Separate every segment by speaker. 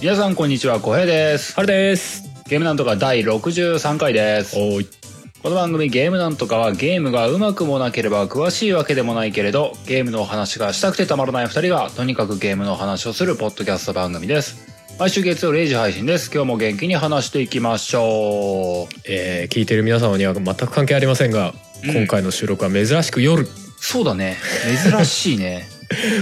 Speaker 1: 皆さんこんにちは、小平です。
Speaker 2: 春です。
Speaker 1: ゲームなんとか第63回です。
Speaker 2: おい。
Speaker 1: この番組ゲームなんとかはゲームがうまくもなければ詳しいわけでもないけれど、ゲームのお話がしたくてたまらない二人が、とにかくゲームのお話をするポッドキャスト番組です。毎週月曜0時配信です。今日も元気に話していきましょう。
Speaker 2: えー聞いてる皆様には全く関係ありませんが、
Speaker 1: うん
Speaker 2: 今回の収録は珍しく夜。
Speaker 1: そうだね。珍しいね。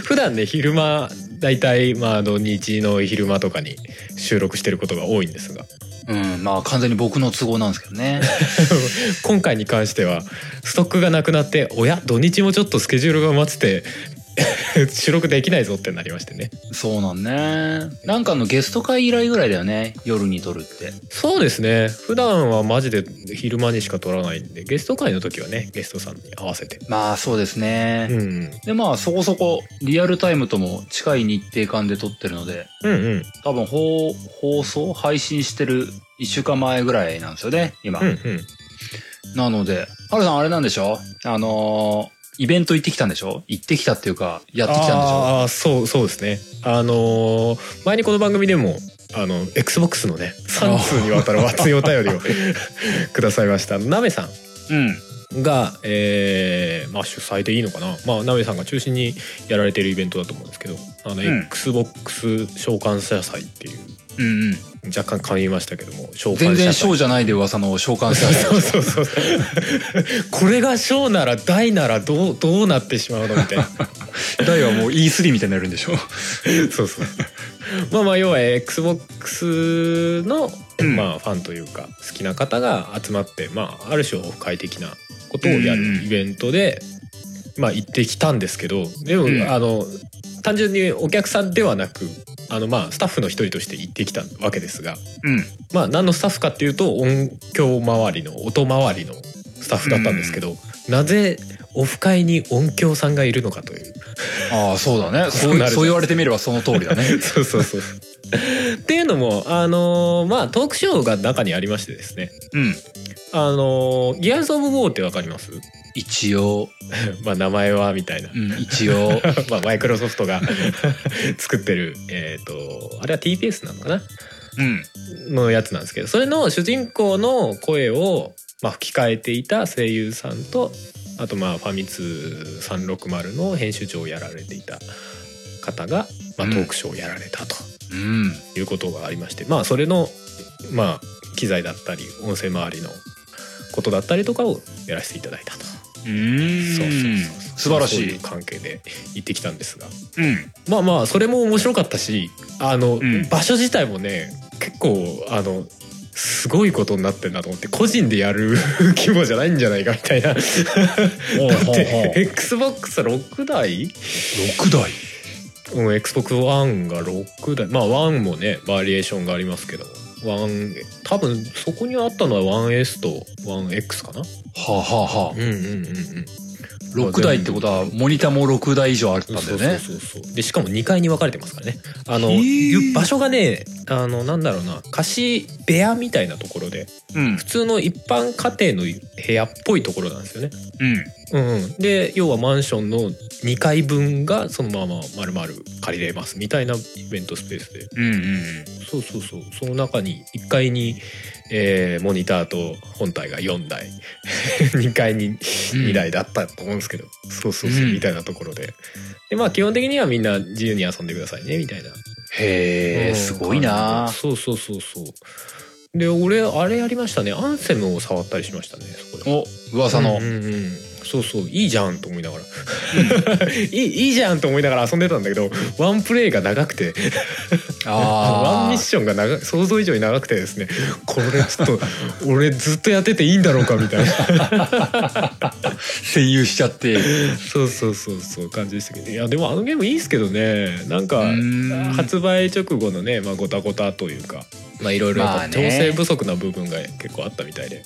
Speaker 2: 普段ね、昼間、だいたい、まあ、土日の昼間とかに収録してることが多いんですが、
Speaker 1: うん、まあ完全に僕の都合なんですけど ね。
Speaker 2: 今回に関しては、ストックがなくなって、おや、土日もちょっとスケジュールが埋まって て、収録できないぞってなりましてね。
Speaker 1: そうなんね。なんかのゲスト会以来ぐらいだよね。夜に撮るって。
Speaker 2: そうですね。普段はマジで昼間にしか撮らないんで、ゲスト会の時はね、ゲストさんに合わせて。
Speaker 1: まあそうですね。
Speaker 2: うんうん。
Speaker 1: でまあそこそこリアルタイムとも近い日程感で撮ってるので
Speaker 2: うんうん。
Speaker 1: 多分放放送配信してる1週間前ぐらいなんですよね今、
Speaker 2: うんうん。
Speaker 1: なのでハルさんあれなんでしょあのーイベント行ってきたんでしょ行ってきたっていうかやってきたんでしょ
Speaker 2: ああーそうそうですねあのー前にこの番組でもあの XBOX のね3通にわたる熱いお便りを くださいましたなべさ
Speaker 1: うん
Speaker 2: んが、えーまあ、主催でいいのかな、まあ、なべさんが中心にやられてるイベントだと思うんですけどあの、
Speaker 1: ん
Speaker 2: XBOX 召喚者祭っていう
Speaker 1: うんうん
Speaker 2: 若干噛みましたけども召喚者祭
Speaker 1: 全 然ショーじゃないで噂の召喚され
Speaker 2: そうそうそうそうこれが小なら大ならどうどうなってしまうのみたいな
Speaker 1: た台はもう E3 みたいになるんでしょ
Speaker 2: そうそう。 まあまあ要は XBOX の、
Speaker 1: うん
Speaker 2: まあファンというか好きな方が集まって、まあある種オフ会的なことをや
Speaker 1: うんうん
Speaker 2: るイベントで、まあ行ってきたんですけど、でも、
Speaker 1: うん
Speaker 2: あの、単純にお客さんではなく、あのまあスタッフの一人として行ってきたわけですが、
Speaker 1: うん
Speaker 2: まあ何のスタッフかっていうと音響周りの音周りのスタッフだったんですけど、なぜオフ会に音響さんがいるのかという。
Speaker 1: ああそうだねそ
Speaker 2: そう
Speaker 1: う
Speaker 2: なる
Speaker 1: そう言われてみればその通りだね
Speaker 2: そうそうそう。っていうのも、あのーまあ、トークショーが中にありましてですね。
Speaker 1: うん
Speaker 2: あのーギアーズ・オブ・ウォーってわかります
Speaker 1: 一応、
Speaker 2: まあ、名前は、みたいな
Speaker 1: う。ん、一応
Speaker 2: まあ、マイクロソフトが 作ってる、えっ、と、あれは TPS なのかな
Speaker 1: うん
Speaker 2: のやつなんですけど、それの主人公の声を、まあ、吹き替えていた声優さんと、あと、まあ、ファミツ360の編集長をやられていた方が、まあ、トークショーをやられたと。
Speaker 1: うん
Speaker 2: いうことがありましてまあそれのまあ機材だったり音声周りのことだったりとかをやらせていただいたと、
Speaker 1: うーん
Speaker 2: そう
Speaker 1: 素晴らし
Speaker 2: そう
Speaker 1: い
Speaker 2: いう関係で行ってきたんですが
Speaker 1: うん
Speaker 2: まあまあそれも面白かったしあの、
Speaker 1: ん
Speaker 2: 場所自体もね結構あのすごいことになってんなと思って個人でやる 規模じゃないんじゃないかみたいなだ
Speaker 1: ほうほうほ
Speaker 2: っ
Speaker 1: う
Speaker 2: て XBOX6 台
Speaker 1: 6台
Speaker 2: うん、Xbox One が6台まあ1もねバリエーションがありますけど1多分そこにあったのは 1S と 1X かな
Speaker 1: はあはあは
Speaker 2: うんうんうんうん
Speaker 1: あ6台ってことはモニターも6台以上あったんだ
Speaker 2: そ
Speaker 1: よ
Speaker 2: うそう
Speaker 1: ね
Speaker 2: そうそうでしかも2階に分かれてますからねあの
Speaker 1: へー
Speaker 2: 場所がねあのなんだろうな貸し部屋みたいなところで
Speaker 1: うん
Speaker 2: 普通の一般家庭の部屋っぽいところなんですよね
Speaker 1: うん
Speaker 2: うんうん、で要はマンションの2階分がそのまま丸々借りれますみたいなイベントスペースで
Speaker 1: うんうん
Speaker 2: そうそうそうその中に1階に、えーモニターと本体が4台 2階に2台だったと思うんですけど、そうそうそう
Speaker 1: うん
Speaker 2: みたいなところででまあ基本的にはみんな自由に遊んでくださいねみたいな
Speaker 1: へ
Speaker 2: う
Speaker 1: え
Speaker 2: ん
Speaker 1: すごいな
Speaker 2: そうそうそうそうで俺あれやりましたねアンセムを触ったりしましたねそこで
Speaker 1: お噂の
Speaker 2: うんうんうんそうそういいじゃんと思いながら いいいいじゃんと思いながら遊んでたんだけどワンプレイが長くてワン
Speaker 1: あ
Speaker 2: ミッ
Speaker 1: ー
Speaker 2: ションが長い想像以上に長くてですねこれちょっ と俺ずっとやってていいんだろうかみたいな
Speaker 1: 占有しちゃって
Speaker 2: そうそうそうそう感じでしたけどいやでもあのゲームいいですけどねなん
Speaker 1: う
Speaker 2: か
Speaker 1: ーん
Speaker 2: 発売直後のねまあごたごたというかまあいろいろやっ
Speaker 1: まあ
Speaker 2: ぱ
Speaker 1: ね
Speaker 2: 調整不足な部分が結構あったみたいで。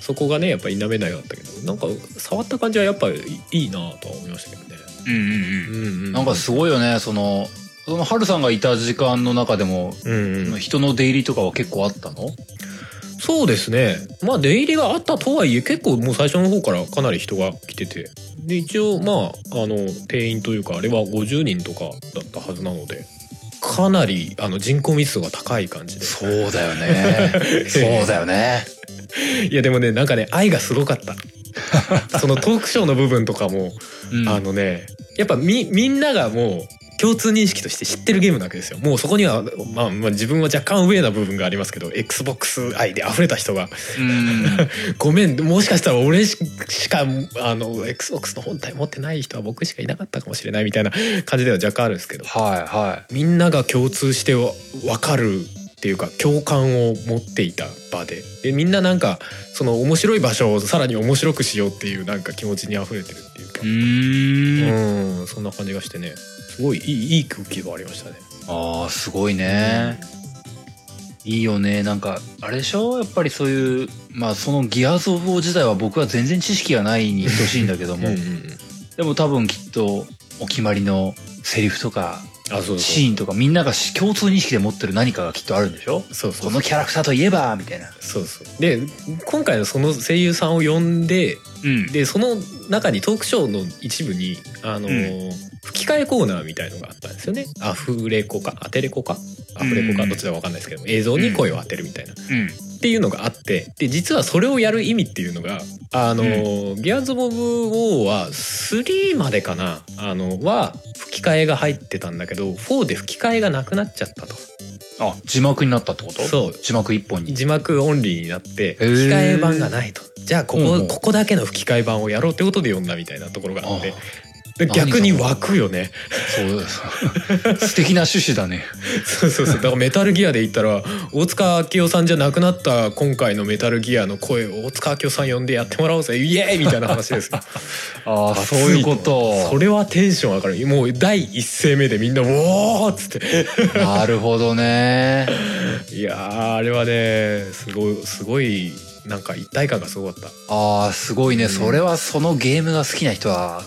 Speaker 2: そこがねやっぱ否めないかったけどなんか触った感じはやっぱいいなとは思いましたけどね、
Speaker 1: うんうん
Speaker 2: う
Speaker 1: うん
Speaker 2: んうん、
Speaker 1: なんかすごいよねそのそのハルさんがいた時間の中でも
Speaker 2: うんうん、
Speaker 1: 人の出入りとかは結構あったの
Speaker 2: そうですね。まあ出入りがあったとはいえ結構もう最初の方からかなり人が来てて。で一応まああの定員というかあれは50人とかだったはずなのでかかなりあの人口密度が高い感じ で
Speaker 1: そうだよね そうだよね
Speaker 2: いやでもねなんかね愛がすごかった そのトークショーの部分とかも、
Speaker 1: うん
Speaker 2: あのねやっぱみみんながもう共通認識として知ってるゲームなわけですよもうそこには、まあ、まあ自分は若干上な部分がありますけど XBOX 愛で溢れた人が
Speaker 1: うん
Speaker 2: ごめんもしかしたら俺しかあの XBOX の本体持ってない人は僕しかいなかったかもしれないみたいな感じでは若干あるんですけど
Speaker 1: はいは
Speaker 2: みんなが共通してわ分かるっていうか共感を持っていた場ででみんななんかその面白い場所をさらに面白くしようっていうなんか気持ちに溢れてるっていうか
Speaker 1: い、うーん
Speaker 2: うんそんな感じがしてねすごいいいいい空気がありましたね。
Speaker 1: あーすごいね、いいよねなんかあれでしょやっぱりそういうまあそのギアーズ・オブ・オー自体は僕は全然知識がない に等しいんだけど
Speaker 2: うんう
Speaker 1: も、
Speaker 2: んうん
Speaker 1: でも多分きっとお決まりのセリフとか
Speaker 2: あそう
Speaker 1: シ
Speaker 2: そう
Speaker 1: ーンとかみんなが共通認識で持ってる何かがきっとあるんでしょ
Speaker 2: そうそ
Speaker 1: こ
Speaker 2: う
Speaker 1: のキャラクターといえばみたいな
Speaker 2: そうそうで今回のその声優さんを呼んで
Speaker 1: うん
Speaker 2: でその中にトークショーの一部にあのー、吹き替えコーナーみたいのがあったんですよねアフレコかアテレコかアフレコ
Speaker 1: う
Speaker 2: か
Speaker 1: ん
Speaker 2: どっちだか分かんないですけども映像に声を当てるみたいな、
Speaker 1: うん
Speaker 2: っていうのがあってで実はそれをやる意味っていうのがあのー、ギアーズ・ボブ・ウォーは3までかなあのは吹き替えが入ってたんだけど4で吹き替えがなくなっちゃったと
Speaker 1: あ字幕になったってこと
Speaker 2: そう
Speaker 1: 字幕一本に
Speaker 2: 字幕オンリーになって
Speaker 1: へー
Speaker 2: 吹き替え版がないとじゃあここ,、
Speaker 1: うんうん
Speaker 2: ここだけの吹き替え版をやろうってことで読んだみたいなところがあ
Speaker 1: あ
Speaker 2: って
Speaker 1: あ
Speaker 2: で逆に湧くよね
Speaker 1: そうです 素敵な趣旨だね
Speaker 2: そうそうそうだからメタルギアで言ったら大塚明夫さんじゃなくなった今回のメタルギアの声を大塚明夫さん呼んでやってもらおうぜイエーイみたいな話ですよ
Speaker 1: ああそういうこと
Speaker 2: それはテンション上がるもう第一声目でみんな「ウォー!」っつって
Speaker 1: なるほどね
Speaker 2: いやーあれはねすごいすごいなんか一体感がすごかった
Speaker 1: ああすごいね、
Speaker 2: うん
Speaker 1: それはそのゲームが好きな人は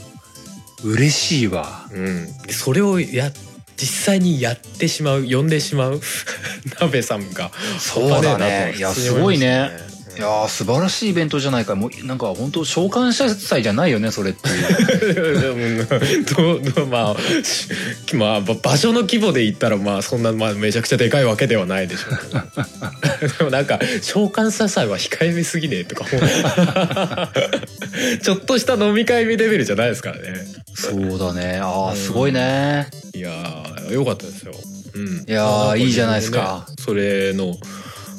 Speaker 1: 嬉しいわ
Speaker 2: うん、でそれをや実際にやってしまう呼んでしまう 鍋さんが
Speaker 1: そうだ
Speaker 2: 半端
Speaker 1: ね
Speaker 2: え
Speaker 1: い
Speaker 2: な
Speaker 1: や
Speaker 2: と
Speaker 1: すごいねい
Speaker 2: 普通に
Speaker 1: やー素晴らしいイベントじゃないかもうなんか本当召喚者祭じゃないよねそれっていう
Speaker 2: 思いましたねうんどうどうまあしまあば場所の規模で言ったらまあそんな、まあ、めちゃくちゃでかいわけではないでしょうけど でもなんか召喚さ祭は控えめすぎねえとか思う ちょっとした飲み会レベルじゃないですからね
Speaker 1: そうだねああすごいね
Speaker 2: いやーよかったですよ。うん、
Speaker 1: いやー
Speaker 2: まあなんか
Speaker 1: いいじゃないですか
Speaker 2: ねそれの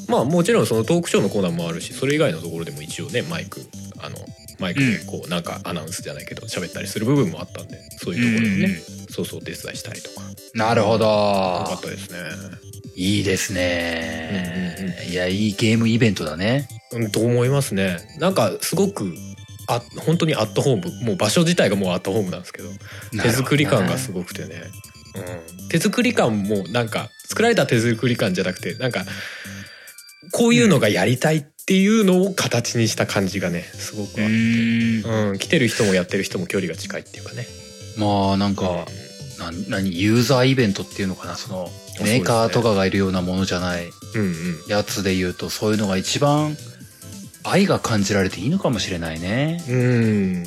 Speaker 2: まあもちろんそのトークショーのコーナーもあるしそれ以外のところでも一応ねマイクあのマイクでこうなんかアナウンスじゃないけど喋ったりする部分もあったんでそういうところでね、そうそう手伝いしたりとかよ
Speaker 1: なるほ
Speaker 2: か
Speaker 1: ど
Speaker 2: ったですね。
Speaker 1: いいですね、いやいいゲームイベントだね
Speaker 2: うんと思いますね。なんかすごくあ本当にアットホームもう場所自体がもうアットホームなんですけど手作り感がすごくてね、うん、手作り感もなんか作られた手作り感じゃなくてなんかこういうのがやりたいっていうのを形にした感じがねすごく
Speaker 1: う
Speaker 2: ある、
Speaker 1: ん
Speaker 2: うん、来てる人もやってる人も距離が近いっていうかね
Speaker 1: まあなん
Speaker 2: うん
Speaker 1: かなん何ユーザーイベントっていうのかなその
Speaker 2: そうですね
Speaker 1: メーカーとかがいるようなものじゃない
Speaker 2: うんうん
Speaker 1: やつで言うとそういうのが一番愛が感じられていいのかもしれないね。
Speaker 2: うん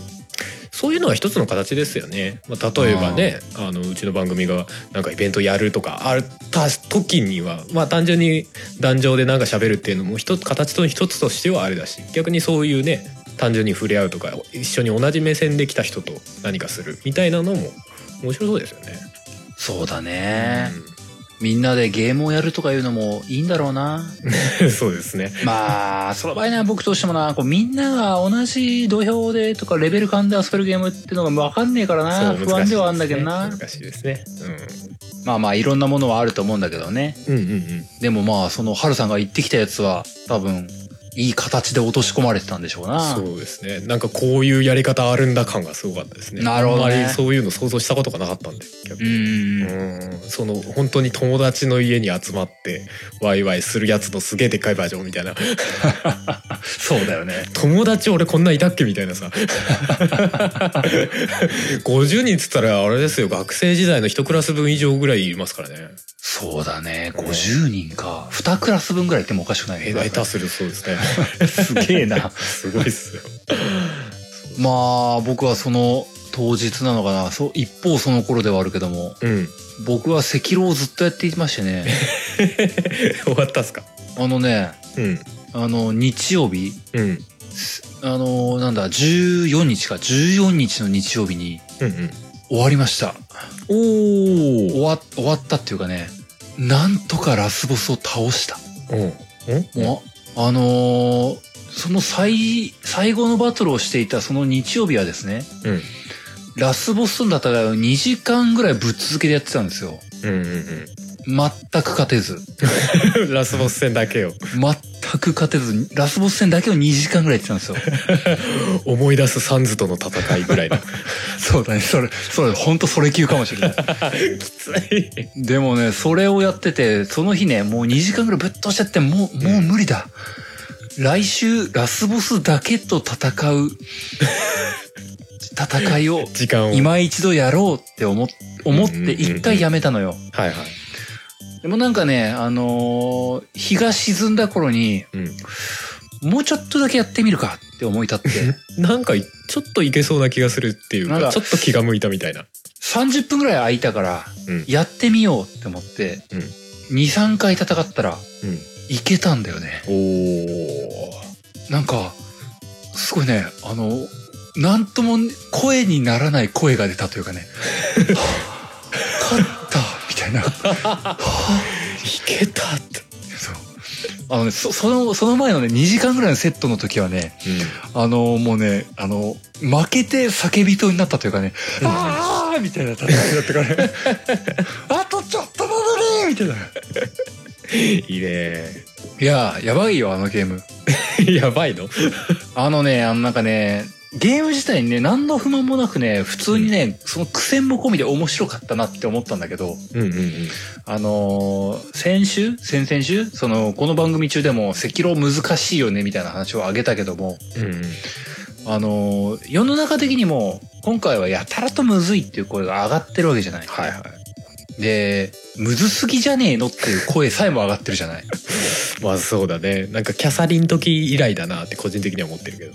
Speaker 2: そういうのは一つの形ですよね、まあ、例えばねあのうちの番組がなんかイベントやるとかあった時にはまあ単純に壇上でなんか喋るっていうのも一つ形と一つとしてはあれだし逆にそういうね単純に触れ合うとか一緒に同じ目線で来た人と何かするみたいなのも面白そうですよね。
Speaker 1: そうだね、みんなでゲームをやるとかいうのもいいんだろう な。
Speaker 2: うん そうですね。
Speaker 1: まあ、その場合ね、僕としてもな、こうみんなが同じ土俵でとかレベル感で遊べるゲームっていうのが分かんねえからな。
Speaker 2: そう
Speaker 1: 不安ではあんだけどな
Speaker 2: 難。しいですね難しいですね。
Speaker 1: まあまあ、いろんなものはあると思うんだけどね。
Speaker 2: うん、うん、うんうん。
Speaker 1: でもまあ、その、ハルさんが言ってきたやつは、多分、いい形で落とし込まれてたんでしょうな。
Speaker 2: そうですねなんかこういうやり方あるんだ感がすごかったですね
Speaker 1: なるほどね
Speaker 2: あんまりそういうの想像したことがなかったんで逆
Speaker 1: う
Speaker 2: に
Speaker 1: ん。
Speaker 2: うんその本当に友達の家に集まってワイワイするやつのすげえでっかいバージョンみたいな
Speaker 1: そうだよね。
Speaker 2: 友達俺こんないたっけみたいなさ 50人っつったらあれですよ学生時代の一クラス分以上ぐらいいますからね
Speaker 1: そうだね。
Speaker 2: うん
Speaker 1: 50人か。2クラス分ぐらいいてもおかしくないね
Speaker 2: え下手するそうですね
Speaker 1: すげえな。
Speaker 2: すごいっすよ
Speaker 1: まあ、僕はその当日なのかな。そう、一方その頃ではあるけども、
Speaker 2: うん
Speaker 1: 僕は赤狼をずっとやっていましてね
Speaker 2: 終わったっすか
Speaker 1: あのね
Speaker 2: うん
Speaker 1: あの日曜日
Speaker 2: うんうん
Speaker 1: あのなんだ14日か14日の日曜日に
Speaker 2: うん
Speaker 1: 終わりました
Speaker 2: お
Speaker 1: 終わ終わったっていうかねなんとかラスボスを倒した
Speaker 2: おうんうん
Speaker 1: もうあのーその最最後のバトルをしていたその日曜日はですね
Speaker 2: うん
Speaker 1: ラスボスとの戦いを2時間ぐらいぶっ続けてやってたんですよ
Speaker 2: うんうん
Speaker 1: 全く勝てず
Speaker 2: うんラスボス戦だけを
Speaker 1: 全く勝てずラスボス戦だけを2時間ぐらいやってたんですよ
Speaker 2: 思い出すサンズとの戦いぐらいだ
Speaker 1: そうだねそれそれ本当それ級かもしれない
Speaker 2: きつい
Speaker 1: でもねそれをやっててその日ねもう2時間ぐらいぶっ通しちゃってもうもう無理だ来週ラスボスだけと戦う戦いを
Speaker 2: 時間を
Speaker 1: 今一度やろうって思っ思っ
Speaker 2: うんうんうん
Speaker 1: て一回やめたのよ。
Speaker 2: はいはい
Speaker 1: でもなんかね、あのー日が沈んだ頃に、
Speaker 2: うん
Speaker 1: もうちょっとだけやってみるかって思い立 って、
Speaker 2: なんかちょっといけそうな気がするっていう
Speaker 1: なん
Speaker 2: か
Speaker 1: か
Speaker 2: ちょっと気が向いたみたいな
Speaker 1: 30分ぐらい空いたから
Speaker 2: うん、
Speaker 1: やってみようって思って、
Speaker 2: うん
Speaker 1: 2、3回戦ったら
Speaker 2: うん
Speaker 1: いけたんだよね。
Speaker 2: おお
Speaker 1: なんか、すごいね、あの、なんとも声にならない声が出たというかね、はぁ勝ったみたい な。
Speaker 2: いけたって
Speaker 1: そう。あのね、そその、その前のね、2時間ぐらいのセットの時はね、あの、もうね、あの、負けて叫び人になったというかね、
Speaker 2: うん
Speaker 1: ああみたいな戦いだったからね、あとちょっとなのにみたいな。
Speaker 2: いいね
Speaker 1: いやー、やばいよ、あのゲーム。
Speaker 2: やばいの
Speaker 1: あのね、あのなんかね、ゲーム自体にね、何の不満もなくね、普通にね、その苦戦も込みで面白かったなって思ったんだけど、
Speaker 2: うんうんうん
Speaker 1: あのー先週先々週その、この番組中でも、赤狼難しいよね、みたいな話をあげたけども、
Speaker 2: うんうん
Speaker 1: あのー世の中的にも今回はやたらとむずいっていう声が上がってるわけじゃない。
Speaker 2: はいは
Speaker 1: で、むずすぎじゃねえのっていう声さえも上がってるじゃない。
Speaker 2: いまあそうだねなんかキャサリン時以来だなって個人的には思ってるけど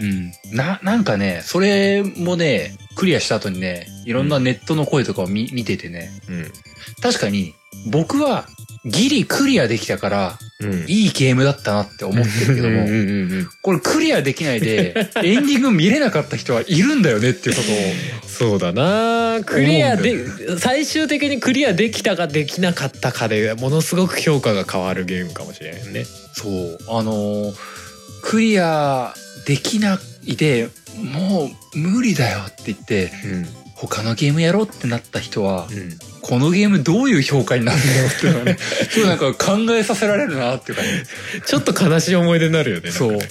Speaker 1: うん。な、なんかね、それもね、クリアした後にね、いろんなネットの声とかを見見ててね、
Speaker 2: うん
Speaker 1: 確かに僕はギリクリアできたから、
Speaker 2: うん
Speaker 1: いいゲームだったなって思ってるけど
Speaker 2: うん
Speaker 1: も、
Speaker 2: うんうんうん
Speaker 1: これクリアできないで、エンディング見れなかった人はいるんだよねっていうことを。
Speaker 2: そうだなクリアで最終的にクリアできたかできなかったかでものすごく評価が変わるゲームかもしれないね
Speaker 1: そうあのークリアできないでもう無理だよって言って他のゲームやろうってなった人は、
Speaker 2: うんうん
Speaker 1: このゲームどういう評価になるんだろうっていうのは ねすごいなんか考えさせられるなっていうかね
Speaker 2: ちょっと悲しい思い出になるよね
Speaker 1: そう
Speaker 2: なんかね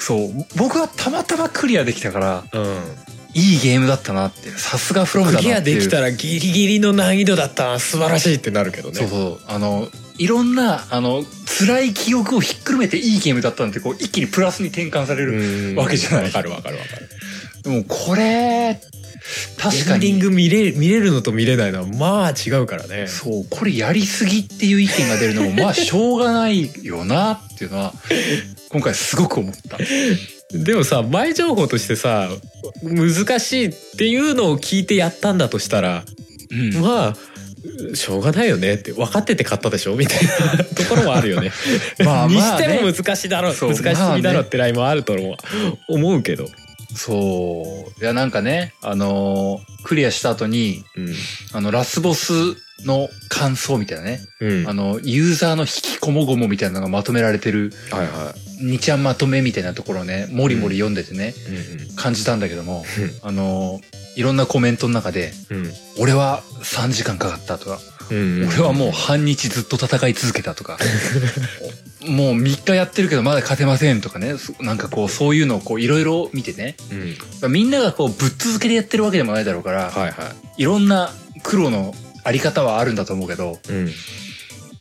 Speaker 1: そう僕はたまたまクリアできたから
Speaker 2: うん
Speaker 1: いいゲームだったなってさすがフロム
Speaker 2: ク
Speaker 1: だなっていう
Speaker 2: リアできたらギリギリの難易度だったな素晴らしいってなるけどね
Speaker 1: そうそうあのいろんなあの辛い記憶をひっくるめていいゲームだったんでこう一気にプラスに転換される、
Speaker 2: うん
Speaker 1: わけじゃない
Speaker 2: わかるわかるわかる
Speaker 1: でもこれ確か
Speaker 2: エ
Speaker 1: に
Speaker 2: ンディング見れ見れるのと見れないのはまあ違うからね
Speaker 1: そう、これやりすぎっていう意見が出るのも、まあ、しょうがないよなっていうのは、今回すごく思った。
Speaker 2: でもさ前情報としてさ難しいっていうのを聞いてやったんだとしたら
Speaker 1: うん。
Speaker 2: まあしょうがないよねって分かってて買ったでしょみ たいなところもあるよね。
Speaker 1: まあ
Speaker 2: に
Speaker 1: ま
Speaker 2: し
Speaker 1: あ
Speaker 2: ても
Speaker 1: ね、
Speaker 2: 難しいだろう
Speaker 1: そう
Speaker 2: 難しすぎだろうってラインもあると思う思うけど。
Speaker 1: そう。いや、なんかね、あのークリアした後に、
Speaker 2: うん
Speaker 1: あの、ラスボスの感想みたいなね、
Speaker 2: うん、
Speaker 1: あ
Speaker 2: はい
Speaker 1: の、ユーザーの引きこもごもみたいなのがまとめられてる、
Speaker 2: は
Speaker 1: 2ちゃんまとめみたいなところをね、もりもり読んでてね、
Speaker 2: い。うん
Speaker 1: 感じたんだけども、あのーいろんなコメントの中で、
Speaker 2: うん
Speaker 1: 俺は3時間かかったとか、
Speaker 2: うんうん
Speaker 1: 俺はもう半日ずっと戦い続けたとか、 もう3日やってるけどまだ勝てませんとかね、そなんかこうそういうのをこういろいろ見てね、
Speaker 2: うん
Speaker 1: みんながこうぶっ続けでやってるわけでもないだろうから、
Speaker 2: はいはい
Speaker 1: ろんな苦労のあり方はあるんだと思うけど、
Speaker 2: い。うん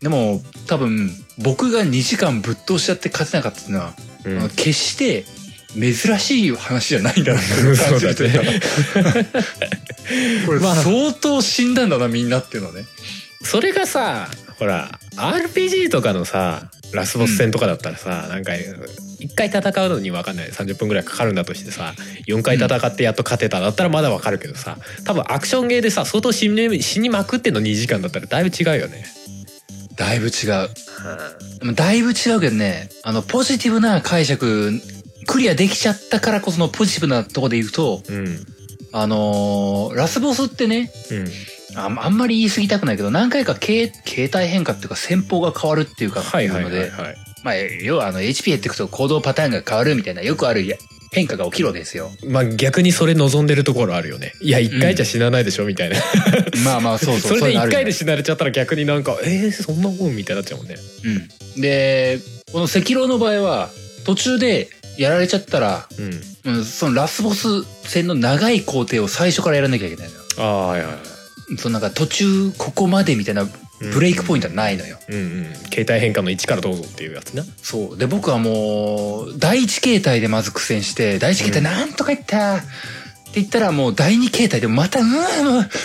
Speaker 1: でも多分僕が2時間ぶっ通しちゃって勝てなかったっていうのは、
Speaker 2: うん
Speaker 1: あの決して珍しい話じゃないんだなって感 じるというか これ
Speaker 2: まあ
Speaker 1: 相当死んだんだなみんなっていうのはね。
Speaker 2: それがさほら RPG とかのさラスボス戦とかだったらさ、なんか一回戦うのに分かんない30分ぐらいかかるんだとしてさ4回戦ってやっと勝てただったらまだ分かるけどさ多分アクションゲーでさ相当死に死にまくっての2時間だったらだいぶ違うよね。
Speaker 1: だいぶ違う。でもだいぶ違うけどね、あの、ポジティブな解釈、クリアできちゃったからこそのポジティブなとこで言うと、
Speaker 2: うん、うん
Speaker 1: あのーラスボスってね、ああんまり言い過ぎたくないけど、何回か形形態変化っていうか戦法が変わるっていうか、
Speaker 2: はいはい
Speaker 1: っ
Speaker 2: は
Speaker 1: て
Speaker 2: い
Speaker 1: いうので、
Speaker 2: はい。
Speaker 1: まあ、要はあの、HP 減っていくと行動パターンが変わるみたいな、よくあるや変化が起きるわけですよ。
Speaker 2: まあ逆にそれ望んでるところあるよね。いや一回じゃ死なないでしょみたいな。
Speaker 1: まあまあ、そうそう。
Speaker 2: それで一回で
Speaker 1: し
Speaker 2: 死なれちゃったら逆になんかえー、そんなもんみたいになっちゃうもんね。
Speaker 1: うん。で、この赤狼の場合は、途中でやられちゃったら、
Speaker 2: うん。
Speaker 1: うん、そのラスボス戦の長い工程を最初からやらなきゃいけないのよ。
Speaker 2: ああはいはいはい。
Speaker 1: そのなんか途中ここまでみたいなブレイクポイントはないのよ。
Speaker 2: うんうん、携帯変換の1からどうぞっていうやつな
Speaker 1: そう。で、僕はもう、第一形態でまず苦戦して、第一形態なんとかいった、って言ったらもう第二形態でまた、うん、も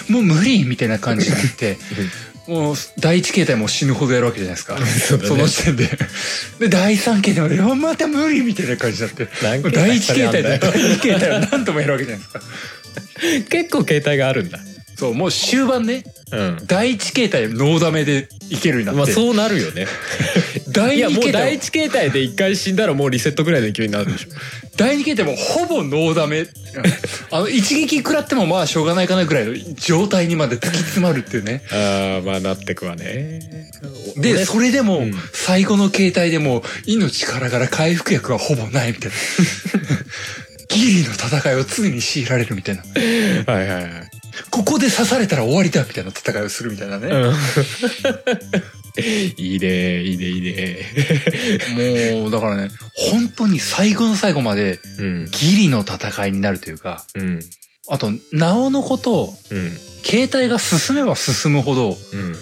Speaker 1: うもう無理みたいな感じになって、もう第一形態も死ぬほどやるわけじゃないですか。
Speaker 2: そうだね
Speaker 1: その時点で。で、第三形態まで、うわまた無理みたいな感じになって。
Speaker 2: なんか
Speaker 1: 第一形態
Speaker 2: それあ
Speaker 1: で
Speaker 2: んだよ
Speaker 1: 第二形態を何度もやるわけじゃないですか。
Speaker 2: 結構携帯があるんだ
Speaker 1: そう、もう終盤ね、
Speaker 2: う
Speaker 1: 第一形態ノーダメでいけるようんにな
Speaker 2: まあ
Speaker 1: って。
Speaker 2: そうなるよね
Speaker 1: 第
Speaker 2: いや
Speaker 1: 二
Speaker 2: もう
Speaker 1: 形態
Speaker 2: 第
Speaker 1: を
Speaker 2: 一形態で一回死んだらもうリセットぐらいの勢いになるでしょ
Speaker 1: 第二形態もほぼノーダメ。あの、一撃食らってもまあしょうがないかなぐらいの状態にまで突き詰まるっていうね。
Speaker 2: ああまあなってくわね
Speaker 1: で、それでも
Speaker 2: うん、
Speaker 1: 最後の形態でもう、命からがら回復薬はほぼないみ たいな。ギリの戦いを常に強いられるみたいな。
Speaker 2: はいはいはい
Speaker 1: ここで刺されたら終わりだみたいな戦いをするみたいなね。
Speaker 2: うん いいねいいねいいね
Speaker 1: もう、だからね、本当に最後の最後まで
Speaker 2: うん
Speaker 1: ギリの戦いになるというか、
Speaker 2: うん
Speaker 1: あと、なおのこと、
Speaker 2: うん
Speaker 1: 携帯が進めば進むほど、
Speaker 2: うん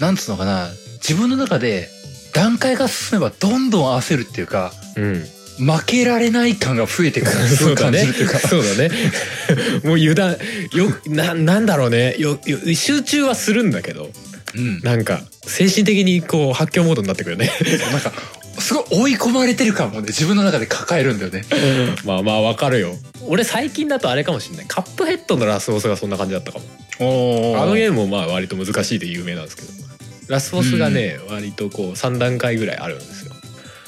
Speaker 1: なんつうのかな、自分の中で段階が進めばどんどん焦るっていうか、
Speaker 2: うん
Speaker 1: 負けられない感が増えてくる。
Speaker 2: そうだ
Speaker 1: 感
Speaker 2: ね。
Speaker 1: じるって いうか。
Speaker 2: そうだね。 もう油断よななんだろうね。よよ集中はするんだけど、
Speaker 1: うん。
Speaker 2: なんか精神的にこう発狂モードになってくるよね。
Speaker 1: なんか、すごい追い込まれてる感もね、自分の中で抱えるんだよね。
Speaker 2: まあまあわかるよ。俺最近だとあれかもしんない。カップヘッドのラスボスがそんな感じだったかも。あのゲームもまあ割と難しいで有名なんですけど。ラスボスがね、割とこう三段階ぐらいあるんですよ。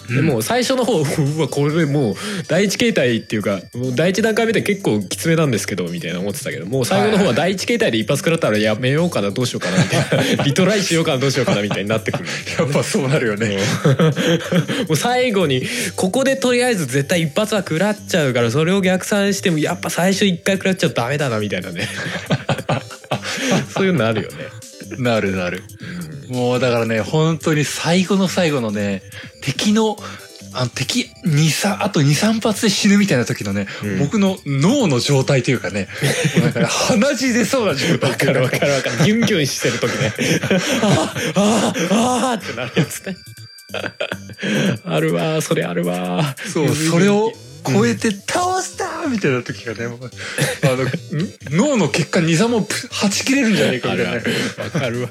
Speaker 2: でもう最初の方うわこれでもう第一形態っていうかもう第一段階目で結構きつめなんですけどみたいな思ってたけどもう最後の方は第一形態で一発食らったらやめようかなどうしようかなみた いなリトライしようかなどうしようかなみたいになってくる
Speaker 1: やっぱそうなるよね。
Speaker 2: もう最後にここでとりあえず絶対一発は食らっちゃうからそれを逆算してもやっぱ最初一回食らっちゃダメだなみたいなね そういうのあるよね。
Speaker 1: なるなる。もうだからね、本当に最後の最後のね、敵の、あの敵2、3、あと2、3発で死ぬみたいな時のね、
Speaker 2: うん
Speaker 1: 僕の脳の状態というか ね、もうなんかね鼻血出そうな状態
Speaker 2: わかるわかるわかるギュンギュンしてる時ねあーあーああってなるやつねあるわーそれあるわー
Speaker 1: そう、それを超えて倒したみたいな時が ね、もうあの、脳の血管2、3もはち切れるんじゃねえか
Speaker 2: あ
Speaker 1: みたい
Speaker 2: るあ
Speaker 1: な
Speaker 2: る
Speaker 1: ね。
Speaker 2: わかるわ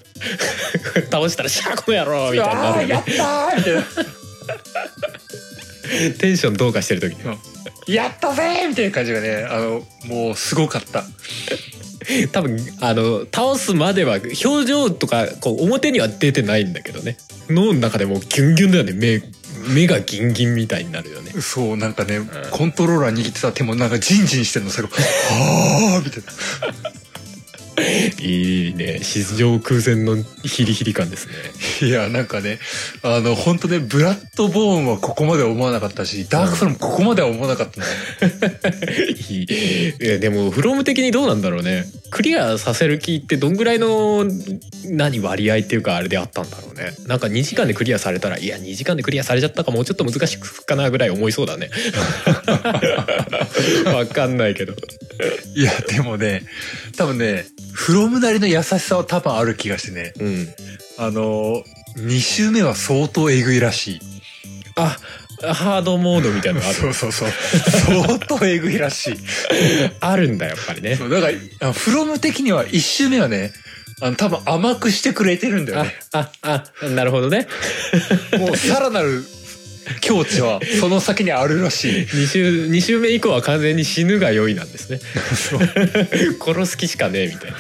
Speaker 2: 倒したらシャーこの野郎みたいにな
Speaker 1: あ
Speaker 2: る
Speaker 1: ーや
Speaker 2: よ
Speaker 1: ったーみたいな。
Speaker 2: ねテンションどうかしてる時ね
Speaker 1: やったぜーみたいな感じがね、あの、もうすごかった。
Speaker 2: 多分あの倒すまでは表情とかこう表には出てないんだけどね脳の中でもうギュンギュンだよね目目がギンギンみたいになるよね
Speaker 1: そう、なんかね、コントローラー握ってた手もなんかジンジンしてるの、最後、はーみたいな。
Speaker 2: いいね史上空前のヒリヒリ感ですね
Speaker 1: いや、なんかね、あの、本当ね、ブラッドボーンはここまでは思わなかったし、ダークソウルもここまでは思わなかったね。
Speaker 2: いいいやでもフロム的にどうなんだろうねクリアさせる気ってどんぐらいの何割合っていうかあれであったんだろうねなんか2時間でクリアされたらいや2時間でクリアされちゃったかもうちょっと難しくかなぐらい思いそうだねわかんないけど
Speaker 1: いや、でもね、多分ね、フロムなりの優しさは多分ある気がしてね、
Speaker 2: うん
Speaker 1: あの、2周目は相当えぐいらしい。
Speaker 2: あハードモードみたいなのあ
Speaker 1: そ
Speaker 2: る
Speaker 1: うそうそう。相当えぐいらしい。
Speaker 2: あるんだやっぱりね
Speaker 1: そう、だからあの、フロム的には1周目はね、あの、多分甘くしてくれてるんだよ
Speaker 2: あ
Speaker 1: ね。
Speaker 2: ああなるほどね
Speaker 1: もうさらなる境地はその先にあるらしい
Speaker 2: 2週二週目以降は完全に死ぬが良いなんですね 殺す気しかねえみたいな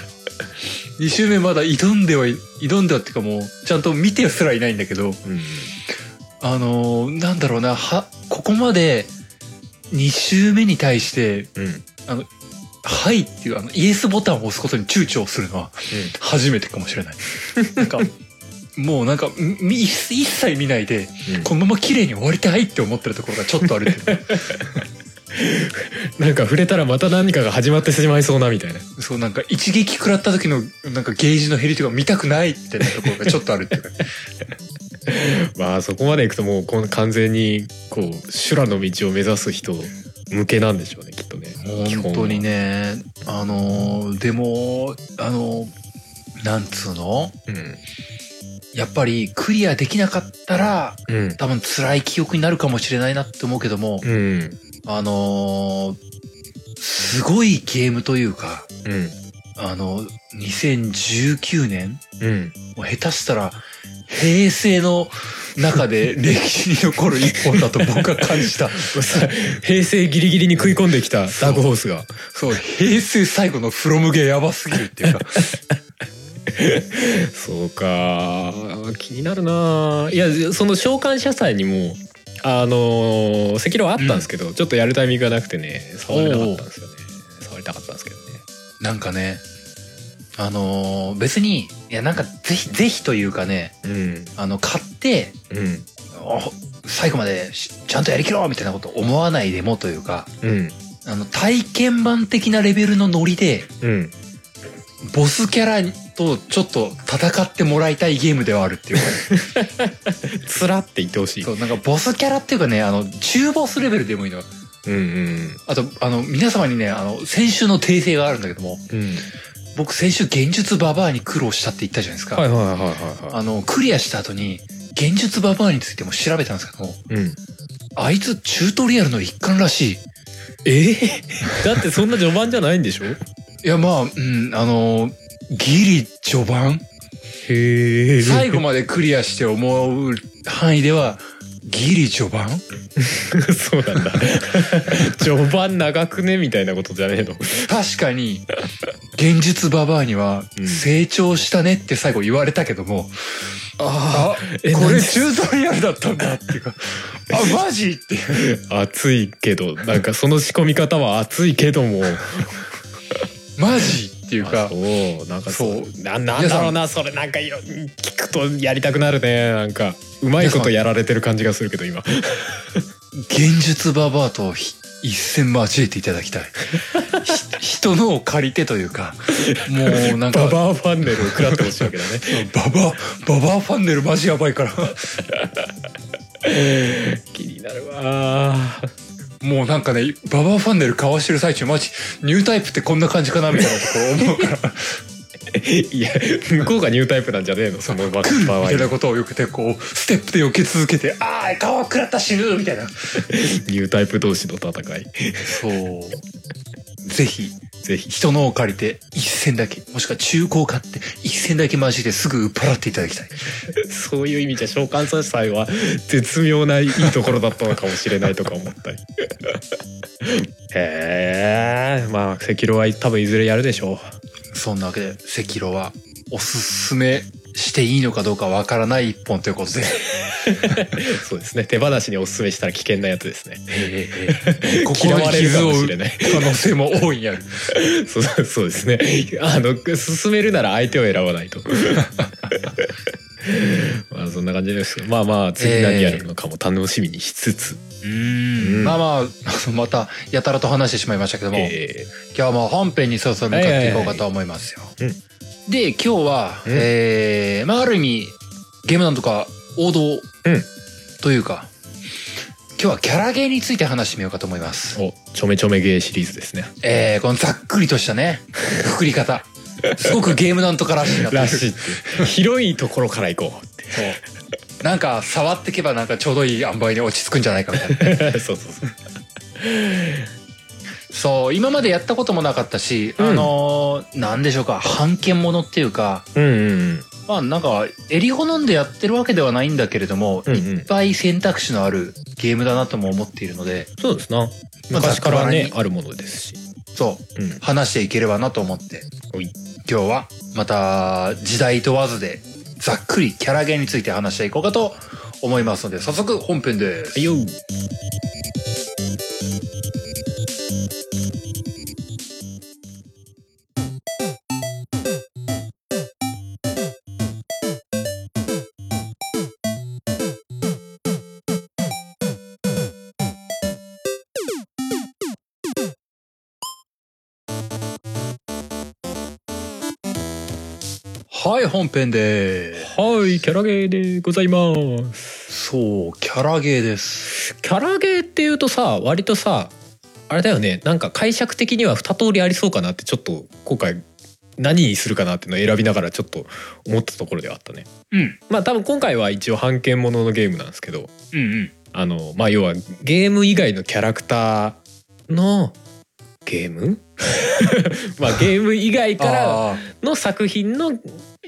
Speaker 1: 2周目まだ挑んではい挑んだっていうかもうちゃんと見てすらいないんだけど
Speaker 2: うん
Speaker 1: あのーなんだろうなはここまで2周目に対して
Speaker 2: うんうん
Speaker 1: 「はい」っていうあのイエスボタンを押すことに躊躇するのは初めてかもしれないなんかもうなんかみ一一切見ないでこのまま綺麗に終わりたいって思ってるところがちょっとあるって いう
Speaker 2: なんか触れたらまた何かが始まってしまいそうなみたいな
Speaker 1: そうなんか一撃食らった時のなんかゲージの減りとか見たくないってなところがちょっとあるっていうか
Speaker 2: まあそこまでいくともうこの完全にこう修羅の道を目指す人向けなんでしょうねきっとね
Speaker 1: 本当に、ねあのーでもあのーなんつうの
Speaker 2: 基本
Speaker 1: やっぱりクリアできなかったら
Speaker 2: はうん
Speaker 1: 多分辛い記憶になるかもしれないなって思うけども、
Speaker 2: うんうん
Speaker 1: あのーすごいゲームというか、
Speaker 2: うん
Speaker 1: あの、2019年
Speaker 2: うん
Speaker 1: もう下手したら平成の中で歴史に残る一本だと僕は感じた。
Speaker 2: さ平成ギリギリに食い込んできたダークホースが
Speaker 1: そう、平成最後のフロムゲーやばすぎるっていうか。
Speaker 2: そうか気になるないやその召喚者祭にもあの赤狼あったんですけど、ちょっとやるタイミングがなくてね触れなかったんですよね触りたかったんですけどね
Speaker 1: なんかね、あのー別に、いやなんかぜひ、ぜひというかね、あの、買って、
Speaker 2: うん
Speaker 1: お最後までしちゃんとやりきろうみたいなこと思わないでもというか、
Speaker 2: うん
Speaker 1: あの、体験版的なレベルのノリで、
Speaker 2: うん
Speaker 1: ボスキャラとちょっと戦ってもらいたいゲームではあるっていうかね
Speaker 2: つらって言ってほしい
Speaker 1: そう、なんかボスキャラっていうかね、あの、中ボスレベルでもいいの。
Speaker 2: うんうん
Speaker 1: あと、あの、皆様にね、あの、先週の訂正があるんだけども、
Speaker 2: うん
Speaker 1: 僕先週現術ババアに苦労したって言ったじゃないですか。
Speaker 2: はいはいはいはいは
Speaker 1: あの、クリアした後に、現術ババアについても調べたんですけども、
Speaker 2: い。うん。
Speaker 1: あいつチュートリアルの一環らしい。
Speaker 2: え だってそんな序盤じゃないんでしょ。
Speaker 1: いや、まあ、うん、あの、ギリ序盤
Speaker 2: へえ
Speaker 1: 最後までクリアして思う範囲では、ギリ序盤
Speaker 2: そうなんだ。 序盤長くねみたいなことじゃねえの。
Speaker 1: 確かに、現実ババアには
Speaker 2: う、ん
Speaker 1: 成長したねって最後言われたけども、
Speaker 2: あ
Speaker 1: あ、
Speaker 2: え
Speaker 1: こ
Speaker 2: なん
Speaker 1: れ
Speaker 2: で
Speaker 1: チュートリアルだったんだって いうか、あ、マジっていう。
Speaker 2: あ。 熱いけど、なんかその仕込み方は熱いけども。
Speaker 1: マジっていう
Speaker 2: あ
Speaker 1: か
Speaker 2: そ、う、なんかそう
Speaker 1: そ。
Speaker 2: ななんだろうな、それなんかいろ聞くとやりたくなるね。なんかうまいことやられてる感じがするけど今。
Speaker 1: 現術ババアとひ一線交えていただきたい。ひ人のを借りてというか、もうなんか、
Speaker 2: バ
Speaker 1: バ
Speaker 2: バアファンネルを食らってほしいわけだね。
Speaker 1: バア、ババアファンネルマジやばいから、
Speaker 2: 気になるわ。
Speaker 1: もうなんかね、ババアファンネルかわしてる最中、マジ、ニュータイプってこんな感じかなみたいなところ思うから。
Speaker 2: いや向こうがニュータイプなんじゃねえのその場合
Speaker 1: 来るみたいなことを避けてこうステップで避け続けてああ顔食らった死ぬみたいな
Speaker 2: ニュータイプ同士の戦い
Speaker 1: そうぜひ
Speaker 2: ぜひ
Speaker 1: 人のを借りて一銭だけもしくは中古を買って一銭だけ交えてすぐ売っ払っていただきたい
Speaker 2: そういう意味じゃ召喚祭祭は絶妙ないいところだったのかもしれないとか思ったり へえまあ赤狼は多分いずれやるでしょ
Speaker 1: そんなわけで赤炉はおすすめしていいのかどうかわからない一本ということで、
Speaker 2: うそうですね手放しにおすすめしたら危険なやつですね
Speaker 1: 心に傷を負う
Speaker 2: 嫌われるかもしれない
Speaker 1: 可能性も大いにある
Speaker 2: そうそうですねあの進めるなら相手を選ばないと まあそんな感じですまあまあ次何やるのかも楽しみにしつつ、ん
Speaker 1: まあまああのまたやたらと話してしまいましたけども、
Speaker 2: えー
Speaker 1: 今日も本編にそろそろ向かっていこうかと思いますよ。
Speaker 2: いはいはい
Speaker 1: で今日は、
Speaker 2: うん
Speaker 1: えーまあある意味ゲームなんとか王道というか、今日はキャラゲーについて話してみようかと思います。
Speaker 2: おちょめちょめゲーシリーズですね
Speaker 1: えー、このざっくりとしたねくくり方すごくゲームなんとからしいなという
Speaker 2: らし いって広いところから行こ
Speaker 1: そうなんか触ってけばなんかちょうどいい塩梅に落ち着くんじゃないかみたいな。
Speaker 2: うって そうそうそう
Speaker 1: そう今までやったこともなかったし、
Speaker 2: うん
Speaker 1: あのーなんでしょうか半券ものっていうか
Speaker 2: うんうん
Speaker 1: まあなんか、エリ好んでやってるわけではないんだけれども、
Speaker 2: うん
Speaker 1: いっ
Speaker 2: うん、
Speaker 1: ぱい選択肢のあるゲームだなとも思っているので、
Speaker 2: そうですな
Speaker 1: まあ
Speaker 2: 昔か
Speaker 1: ざっくば
Speaker 2: らね
Speaker 1: らに
Speaker 2: あるものですし、
Speaker 1: そう、
Speaker 2: うん、
Speaker 1: 話していければなと思って、
Speaker 2: おい
Speaker 1: 今日はまた時代問わずで、ざっくりキャラゲーについて話していこうかと思いますので、早速本編です。
Speaker 2: はいよ
Speaker 1: はい、本編です。
Speaker 2: はいキャラゲーでございます
Speaker 1: そう、キャラゲーです。
Speaker 2: キャラゲーっていうとさ割とさあれだよねなんか解釈的には二通りありそうかなってちょっと今回何にするかなっていうのを選びながらちょっと思ったところではあったね
Speaker 1: うん、
Speaker 2: まあ多分今回は一応版権もののゲームなんですけど
Speaker 1: うん、うん。
Speaker 2: あのまあ要はゲーム以外のキャラクターのゲーム まあゲーム以外から
Speaker 1: あ
Speaker 2: の作品の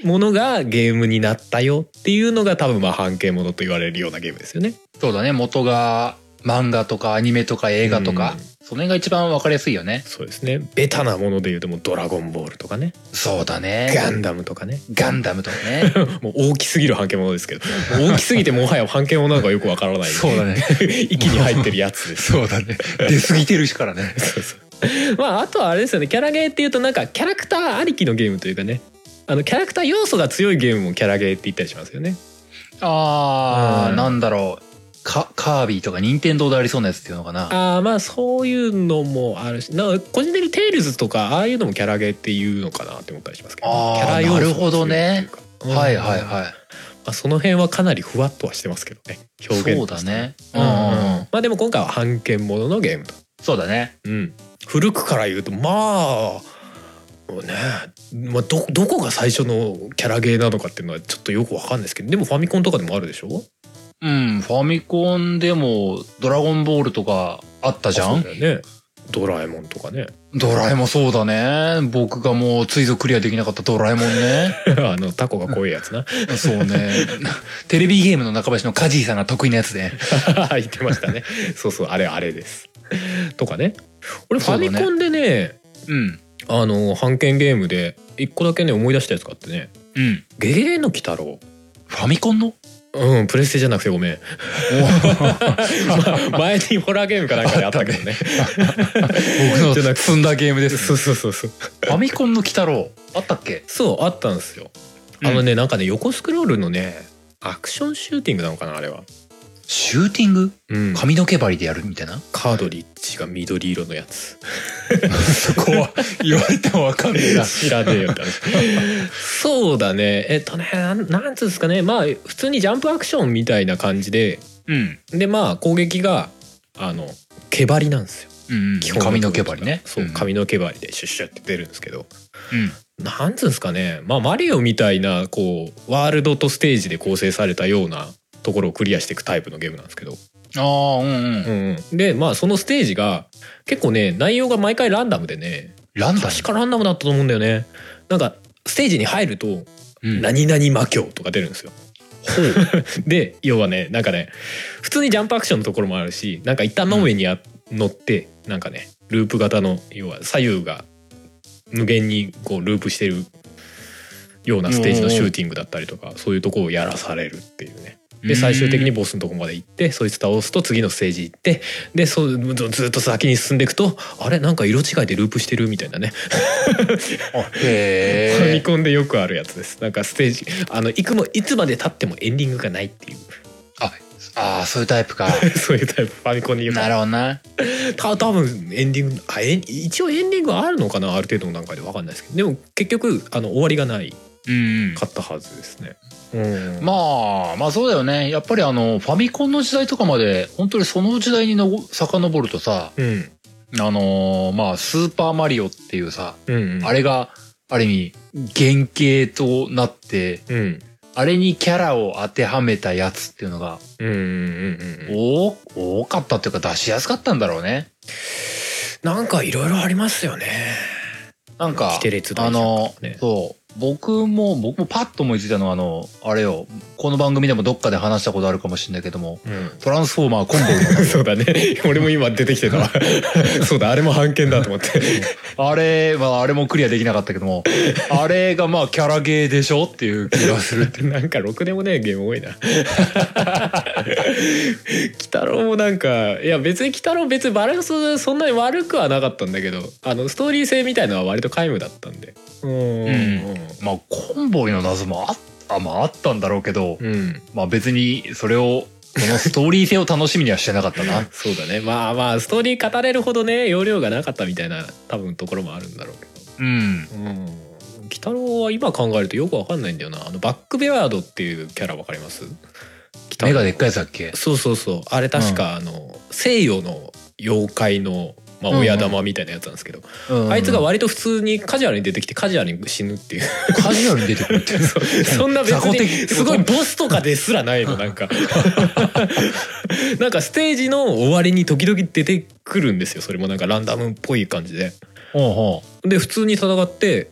Speaker 2: ものがゲームになったよっていうのが多分まあ版権ものと言われるようなゲームですよね。
Speaker 1: ーそうだね、元が漫画とかアニメとか映画とか、
Speaker 2: うん
Speaker 1: その辺が一番わかりやすいよね。
Speaker 2: そうですねベタなもので言うともう「ドラゴンボール」とかね
Speaker 1: そうだ
Speaker 2: 「
Speaker 1: ね。
Speaker 2: ガンダム」とかね
Speaker 1: ガンダムとかね。
Speaker 2: もう大きすぎる版権ものですけど大きすぎてもはや版権ものなのかよくわか らない
Speaker 1: ね。
Speaker 2: 一気に入ってるやつです
Speaker 1: そうだね。出過ぎてるしからね。
Speaker 2: そうそう。まああとはあれですよねキャラゲーっていうとなんかキャラクターありきのゲームというかねあのキャラクター要素が強いゲームもキャラゲーって言ったりしますよね。
Speaker 1: あ
Speaker 2: う
Speaker 1: ー、
Speaker 2: ん
Speaker 1: なんだろう。か、カービィとか任天堂でありそうなやつっていうのかな。
Speaker 2: ああまあそういうのもあるしなんか個人的に「テイルズ」とかああいうのもキャラゲーっていうのかなって思ったりしますけど、
Speaker 1: あー
Speaker 2: キャラ要素が強いっていうか
Speaker 1: なるほどね。
Speaker 2: うん
Speaker 1: はいはい
Speaker 2: ま
Speaker 1: はい。
Speaker 2: あ、その辺はかなりふわっとはしてますけどね表現
Speaker 1: そう
Speaker 2: と
Speaker 1: だ
Speaker 2: して
Speaker 1: ね。う
Speaker 2: うん
Speaker 1: ん
Speaker 2: う
Speaker 1: うんう
Speaker 2: んうん
Speaker 1: ん。
Speaker 2: まあでも今回は版権もののゲームと。
Speaker 1: そうだね。
Speaker 2: うん、古くから言うとまあもうね、まあ、どどこが最初のキャラゲーなのかっていうのはちょっとよくわかんないですけどでもファミコンとかでもあるでしょ
Speaker 1: うん、ファミコンでもドラゴンボールとかあったじゃ
Speaker 2: あそうんだよねドラえもんとかね
Speaker 1: ドラえもんそうだね。僕がもうついぞクリアできなかったドラえもん ね。
Speaker 2: あのタコが怖いやつな
Speaker 1: そうね。テレビゲームの中林のカジーさんが得意なやつで。
Speaker 2: 言ってましたねそうそうあれあれですとかね俺フ
Speaker 1: そう
Speaker 2: ァ
Speaker 1: だね
Speaker 2: ミコンでね
Speaker 1: うん。
Speaker 2: あの版権ゲームで一個だけね思い出したやつがあってね
Speaker 1: うん。
Speaker 2: 「ゲゲゲの鬼太郎
Speaker 1: ファミコ ンの」
Speaker 2: うんプレステじゃなくてごめん ま前にホラーゲームかなんかであったけどね
Speaker 1: 僕
Speaker 2: じゃな
Speaker 1: の
Speaker 2: く
Speaker 1: 積んだゲームです。
Speaker 2: そうそうそうそう
Speaker 1: ファミコンの鬼太郎あったっけ
Speaker 2: そうあったんですよあのね、なんかね横スクロールのねアクションシューティングなのかなあれは、
Speaker 1: シューティング
Speaker 2: うん、
Speaker 1: 髪の毛針でやるみたいな
Speaker 2: カードリッジが緑色のやつ
Speaker 1: そこは言われてもわかんねえな。
Speaker 2: 知らねえよって話 そうだねえっとねなんなんつうんですかねまあ普通にジャンプアクションみたいな感じで
Speaker 1: うん。
Speaker 2: でまあ攻撃があの毛針なんですよ
Speaker 1: うん、
Speaker 2: 基本
Speaker 1: 髪の毛針ね。
Speaker 2: そう髪の毛針でシュッシュッって出るんですけど、
Speaker 1: うん。
Speaker 2: なんつうんですかね、まあ、マリオみたいなこうワールドとステージで構成されたようなところをクリアしていくタイプのゲームなんですけど、
Speaker 1: ああ、うんうん。
Speaker 2: でまあそのステージが結構ね内容が毎回ランダムでね
Speaker 1: ランダム
Speaker 2: 確かランダムだったと思うんだよねなんかステージに入ると「
Speaker 1: うん
Speaker 2: 何々魔境」とか出るんですよ。 で要はねなんかね普通にジャンプアクションのところもあるしなんか一旦の上にあ乗ってなんかねループ型の要は左右が無限にこうループしてるようなステージのシューティングだったりとかそういうとこをやらされるっていうね。で最終的にボスのとこまで行ってそいつ倒すと次のステージ行ってでそうずずっと先に進んでいくとあれなんか色違いでループしてるみたいなね、
Speaker 1: あへ
Speaker 2: ファミ
Speaker 1: え。
Speaker 2: コンでよくあるやつですなんかステージあのいくもいつまで経ってもエンディングがないっていう
Speaker 1: ああ、そういうタイプか。
Speaker 2: そういうタイプファミコンによく
Speaker 1: なるほどな。
Speaker 2: た多分エンディングあえん一応エンディングはあるのかなある程度の段階で分かんないですけどでも結局あの終わりがない
Speaker 1: うん。
Speaker 2: かったはずですね。うん
Speaker 1: まあ、まあそうだよね。やっぱりあの、ファミコンの時代とかまで、本当にその時代にのぼ遡るとさ、
Speaker 2: うん
Speaker 1: あのーまあ、スーパーマリオっていうさ、
Speaker 2: うんうん、
Speaker 1: あれが、ある意味、原型となって、
Speaker 2: うん
Speaker 1: あれにキャラを当てはめたやつっていうのが、
Speaker 2: うんうんうんうん
Speaker 1: お多かったっていうか出しやすかったんだろうね。
Speaker 2: なんかいろいろありますよね。
Speaker 1: なんか、
Speaker 2: キテレツ
Speaker 1: あ
Speaker 2: 大
Speaker 1: の
Speaker 2: 作とかね、
Speaker 1: そう、僕も、僕もパッと思いついたのは、あの、あれよ、この番組でもどっかで話したことあるかもしれないけども、トランスフォーマーコンボイ
Speaker 2: うん、 そうだね俺も今出てきてた わそうだあれも判件だと思って
Speaker 1: あれ、まあ、あれもクリアできなかったけども、あれがまあ、キャラゲーでしょっていう気がす る。
Speaker 2: なんかろくでもねえゲーム多いな。 鬼太郎もなんかいや別に鬼太郎別にバランスそんなに悪くはなかったんだけどあのストーリー性みたいのは割と皆無だったんで。うん
Speaker 1: まあ、コンボイの謎もあった、まあ、あったんだろうけど、
Speaker 2: うん、うん、
Speaker 1: まあ、別に、それを、そのストーリー性を楽しみにはしてなかったな。
Speaker 2: そうだねまあまあストーリー語れるほどね容量がなかったみたいな多分ところもあるんだろうけ
Speaker 1: うん。
Speaker 2: ど。うん鬼太郎は今考えるとよくわかんないんだよなあのバックベアードっていうキャラわかります
Speaker 1: 目がでっかいやつだっけ
Speaker 2: そうそうそうあれ確か、あの西洋の妖怪の、まあ、
Speaker 1: うんうん
Speaker 2: 親玉みたいなやつなんですけど、あいつが割と普通にカジュアルに出てきてカジュアルに死 ぬっていう
Speaker 1: カジュアルに出てくるって。
Speaker 2: そそんな別
Speaker 1: 雑魚的 って
Speaker 2: に
Speaker 1: こと
Speaker 2: すごいボスとかですらないのなん かなんかステージの終わりに時々出てくるんですよそれもなんかランダムっぽい感じで
Speaker 1: ほうほ。
Speaker 2: で普通に戦って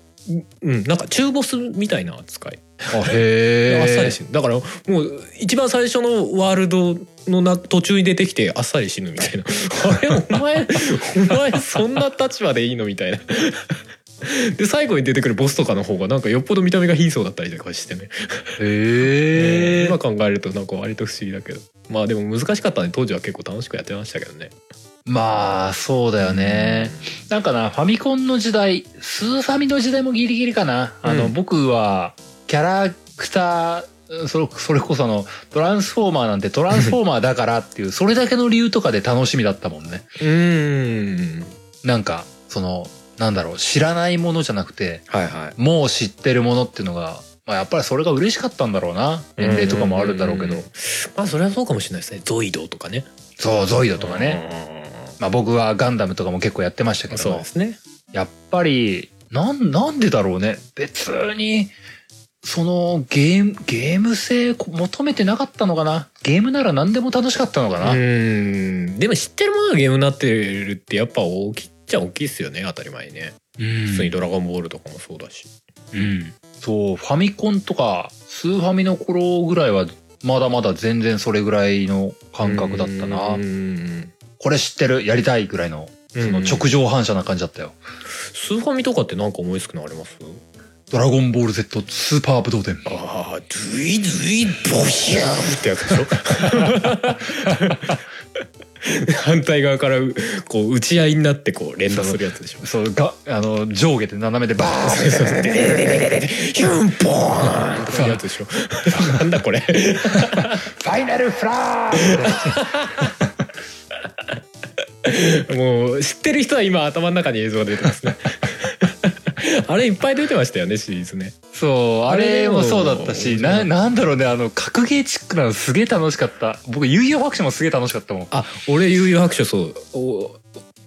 Speaker 2: うんなんか中ボスみたいな扱いう
Speaker 1: あ、へえ。
Speaker 2: あっさり死ぬだからもう一番最初のワールドのな途中に出てきてあっさり死ぬ みたいなあれお前お前そんな立場でいいのみたいなで最後に出てくるボスとかの方がなんかよっぽど見た目が貧相だったりとかしてね、
Speaker 1: へえ。
Speaker 2: 今考えるとなんか割と不思議だけどまあでも難しかったんで当時は結構楽しくやってましたけどね
Speaker 1: まあ、そうだよね。なんかな、ファミコンの時代、スーファミの時代もギリギリかな。あの、
Speaker 2: うん
Speaker 1: 僕は、キャラクター、それそれこそあの、トランスフォーマーなんてトランスフォーマーだからっていう、それだけの理由とかで楽しみだったもんね。
Speaker 2: うん
Speaker 1: なんか、その、なんだろう、知らないものじゃなくて、
Speaker 2: はいはい
Speaker 1: もう知ってるものっていうのが、まあ、やっぱりそれが嬉しかったんだろうな。年齢とかもあるんだろうけど。
Speaker 2: まあそれはそうかもしれないですねゾイドとかね
Speaker 1: そう、ゾイドとかね。まあ僕はガンダムとかも結構やってました
Speaker 2: う
Speaker 1: け
Speaker 2: ん
Speaker 1: ど。
Speaker 2: そうですね
Speaker 1: やっぱり、なん、なんでだろうね。別に、そのゲーム、ゲーム性こ求めてなかったのかな。ゲームなら何でも楽しかったのかな。
Speaker 2: うーんでも知ってるものがゲームになってるってやっぱ大きいっちゃ大きいっすよね当たり前にね
Speaker 1: うん
Speaker 2: 普通に「ドラゴンボール」とかもそうだし
Speaker 1: うんそう、ファミコンとか、スーファミの頃ぐらいは、まだまだ全然それぐらいの感覚だったな
Speaker 2: う。ーん
Speaker 1: これ知ってる、やりたいぐらいの、その直上反射な感じだったよ。
Speaker 2: スーファミとかってなんか思いつくのあります
Speaker 1: ドラゴンボール Z スーパー武道伝。
Speaker 2: ああドゥイドゥイボヒャーってやつでしょ反対側からうこう打ち合いになってこう連打するやつでしょ
Speaker 1: そう、が、あの、上下で斜めでバーン
Speaker 2: そうそうそうででででででヒュンポーンとかいうやつでしょなんだこれ
Speaker 1: ファイナルフラー
Speaker 2: もう知ってる人は今頭の中に映像が出てますねあれいっぱい出てましたよねシリーズね
Speaker 1: そう、あれもそうだったし、
Speaker 2: あ
Speaker 1: な、
Speaker 2: れ
Speaker 1: なんだろうね、あの、格ゲーチックなのすげえ楽しかった。僕、遊戯王白書もすげえ楽しかったもん。
Speaker 2: あ俺悠々白書そうお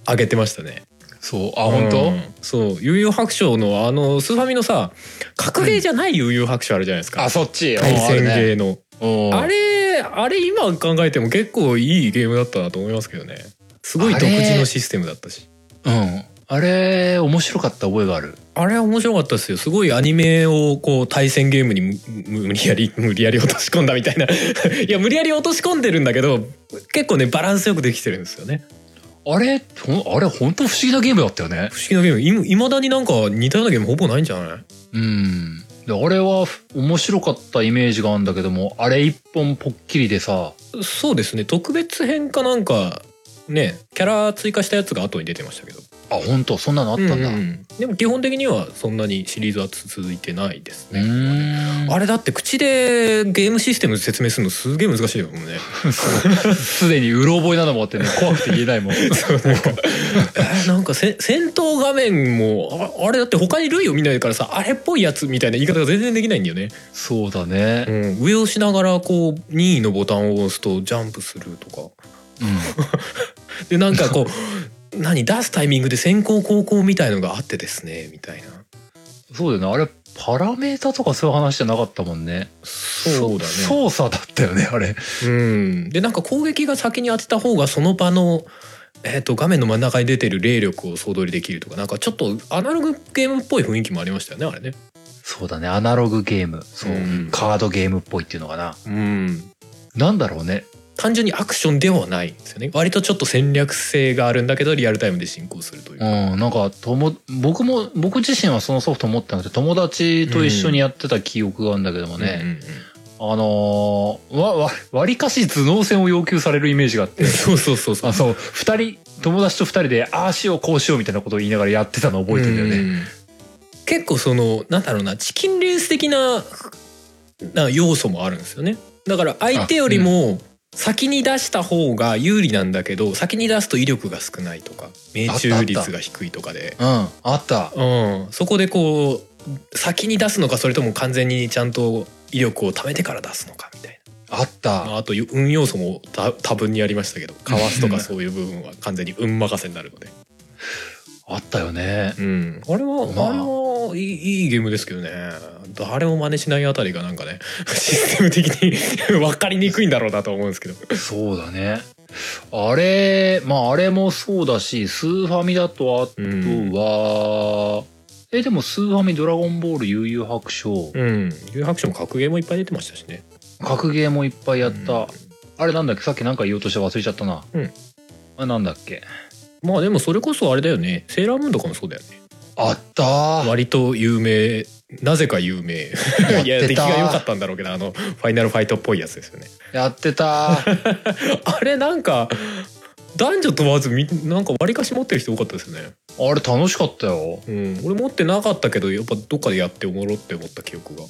Speaker 2: 上げてましたね
Speaker 1: そう、あ、本
Speaker 2: う
Speaker 1: 当
Speaker 2: んそう悠々白書のあのスーファミのさ格ゲーじゃない悠々白書あるじゃないですか、
Speaker 1: あ、そっち。
Speaker 2: 対戦ゲーの、
Speaker 1: ー
Speaker 2: あれあれ今考えても結構いいゲームだったなと思いますけどねすごい独自のシステムだったし
Speaker 1: うん。あれ、面白かった覚えがある。
Speaker 2: あれは面白かったですよ。すごいアニメをこう対戦ゲームにむむ無理やり、無理やり落とし込んだみたいな。 いや、無理やり落とし込んでるんだけど、結構ね、バランスよくできてるんですよね。
Speaker 1: あれ、ほんあれ、本当不思議なゲームだったよね。
Speaker 2: 不思議なゲーム。いまだになんか似たようなゲームほぼないんじゃない
Speaker 1: うん。で、あれはふ面白かったイメージがあるんだけども、あれ一本ぽっきりでさ、
Speaker 2: そうですね。特別編かなんか、ね、キャラ追加したやつが後に出てましたけど。
Speaker 1: あ、本当そんなのあったんだ。
Speaker 2: う
Speaker 1: うん
Speaker 2: うんんでも基本的にはそんなにシリーズは続いてないですね。
Speaker 1: ん。
Speaker 2: あれだって口でゲームシステム説明するのすげえ難しいよもんね。
Speaker 1: すでにうろ覚えなのもあってね、怖くて言え ないもん。
Speaker 2: えー なんかせ戦闘画面もああれだって他に類を見ないからさあれっぽいやつみたいな言い方が全然できないんだよね、
Speaker 1: そうだね。
Speaker 2: うん、上をしながらこう任意のボタンを押すとジャンプするとか
Speaker 1: うん
Speaker 2: でなんかこう 何出すタイミングで先行後攻みたいのがあってですねみたいな
Speaker 1: そうだよね。あれ、パラメータとかそういう話じゃなかったもんね。
Speaker 2: そうだね
Speaker 1: 操作だったよね、あれ。
Speaker 2: うん、でなんか攻撃が先に当てた方がその場の、えー、と画面の真ん中に出てる霊力を総取りできるとかなんかちょっとアナログゲームっぽい雰囲気もありましたよねあれね
Speaker 1: そうだね、アナログゲーム。そう。
Speaker 2: うん
Speaker 1: カードゲームっぽいっていうのかな。
Speaker 2: うん、
Speaker 1: なんだろうね。
Speaker 2: 単純にアクションではないんですよね割とちょっと戦略性があるんだけどリアルタイムで進行するという
Speaker 1: う
Speaker 2: か、
Speaker 1: ん、なんか、とも、僕も、僕自身はそのソフト持ってなくて、友達と一緒にやってた記憶があるんだけども
Speaker 2: うん
Speaker 1: ね、
Speaker 2: うん
Speaker 1: あのーわ、わ、割かし頭脳戦を要求されるイメージがあっ
Speaker 2: う
Speaker 1: て
Speaker 2: ん、 そうそうそうそう
Speaker 1: あ、そう、二人、友達と二人で、ああしよう、こうしようみたいなことを言いながらやってたの覚えてるんだよね。
Speaker 2: うん結構そのなんだろうなチキンレース的なな要素もあるんですよねだから相手よりも先に出した方が有利なんだけど先に出すと威力が少ないとか命中率が低いとかで、
Speaker 1: うん、あった。
Speaker 2: うん、そこでこう先に出すのかそれとも完全にちゃんと威力を貯めてから出すのかみたい
Speaker 1: あった。
Speaker 2: なあと運要素も多多分にありましたけどかわすとかそういう部分は完全に運任せになるので
Speaker 1: あったよね。
Speaker 2: うん、あれは、
Speaker 1: まあ
Speaker 2: あ、れはいいいいゲームですけどね誰も真似しないあたりがなんかね システム的に 分かりにくいんだろうなと思うんですけど
Speaker 1: そうだね。あれ、まああれもそうだし、スーファミだとあと
Speaker 2: うん、
Speaker 1: は、え、でもスーファミドラゴンボール悠々白書、
Speaker 2: うん、有白書も格ゲーもいっぱい出てましたしね
Speaker 1: 格ゲーもいっぱいやった。
Speaker 2: うん
Speaker 1: あれなんだっけさっきなんか言おうとして忘れちゃったな。
Speaker 2: うん
Speaker 1: あれなんだっけ
Speaker 2: まあでもそれこそあれだよねセーラームーンとかもそうだよね
Speaker 1: あったー
Speaker 2: 割と有名なぜか有名い
Speaker 1: や
Speaker 2: や
Speaker 1: って
Speaker 2: 出来
Speaker 1: た
Speaker 2: が良かったんだろうけどあのファイナルファイトっぽいやつですよね
Speaker 1: やってたー
Speaker 2: あれなんか男女問わずみなんか割りかし持ってる人多かったですよね
Speaker 1: あれ楽しかったよ。
Speaker 2: うん、俺持ってなかったけどやっぱどっかでやっておもろって思った記憶が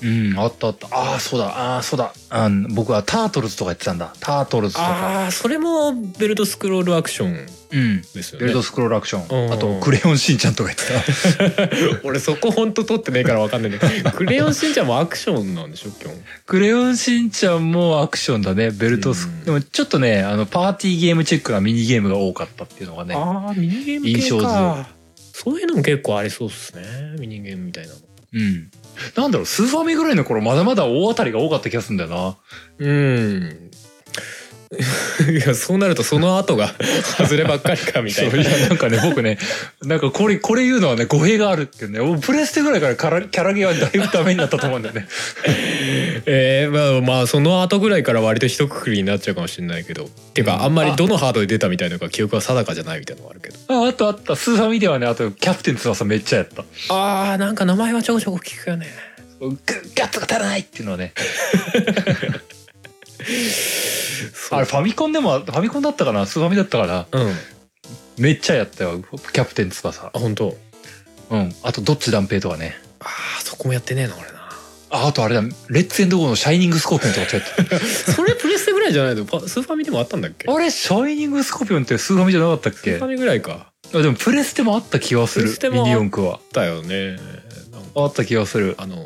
Speaker 1: うん、あったあった。ああ、そうだ、ああ、そうだ。あん僕はタートルズとかやってたんだ。タートルズとか。
Speaker 2: ああそれもベルトスクロールアクション
Speaker 1: うん。
Speaker 2: ですよ
Speaker 1: ベルト
Speaker 2: ね
Speaker 1: スクロールアクショ
Speaker 2: う
Speaker 1: ン。
Speaker 2: ん
Speaker 1: あと、クレヨンしんちゃんとかやってた。
Speaker 2: 俺そこほんと撮ってねえからわかんないんだけ どクレヨンしんちゃんもアクションなんでしょ基本
Speaker 1: クレヨンしんちゃんもアクションだね。ベルトス、
Speaker 2: うん
Speaker 1: でもちょっとね、あの、パーティーゲームチェックがミニゲームが多かったっていうのがね。
Speaker 2: ああミニゲー
Speaker 1: ム系か
Speaker 2: そういうのも結構ありそうっすねミニゲームみたいなの
Speaker 1: うん。なんだろう、スーファミぐらいの頃まだまだ大当たりが多かった気がするんだよな。
Speaker 2: うん いやそうなるとその後が 外ればっかりかみた
Speaker 1: そ
Speaker 2: い
Speaker 1: う
Speaker 2: ない
Speaker 1: や、なんかね、僕ね、なんかこれ、これ言うのはね、語弊があるっていうね。俺プレステぐらいからからキャラゲーはだいぶダメになったと思うんだよね。
Speaker 2: えー、まあまあその後ぐらいから割と一括りになっちゃうかもしれないけどっていう
Speaker 1: うん
Speaker 2: かあんま
Speaker 1: あ
Speaker 2: りどのハードで出たみたいなのか記憶は定かじゃないみたいなのがあるけど
Speaker 1: あ、あとあった。スーファミではね、あと、キャプテン翼めっちゃやった。
Speaker 2: あーなんか名前はちょこちょこ聞くよね
Speaker 1: ガガッツが足らないっていうのはね。あれ、ファミコンでも、ファミコンだったかなスーファミだったかな
Speaker 2: うん
Speaker 1: めっちゃやったよ。キャプテン翼。
Speaker 2: あ本当
Speaker 1: うん。あと、どっち断平とかね。
Speaker 2: あーそこもやってねえな俺な
Speaker 1: あ、あとあれだ。レッツエンドゴーのシャイニングスコーピオンとかちょっとやって
Speaker 2: それプレステぐらいじゃないのパスーファミでもあったんだっけ
Speaker 1: た。あれ、シャイニングスコーピオンってスーファミじゃなかったっ
Speaker 2: スー
Speaker 1: け
Speaker 2: ファミぐらいか
Speaker 1: あでも、プレステもあった気がす
Speaker 2: プ
Speaker 1: る
Speaker 2: レステ。
Speaker 1: ミ
Speaker 2: も
Speaker 1: ニ四駆は。
Speaker 2: だよねなんか
Speaker 1: あった気がする。
Speaker 2: あのあ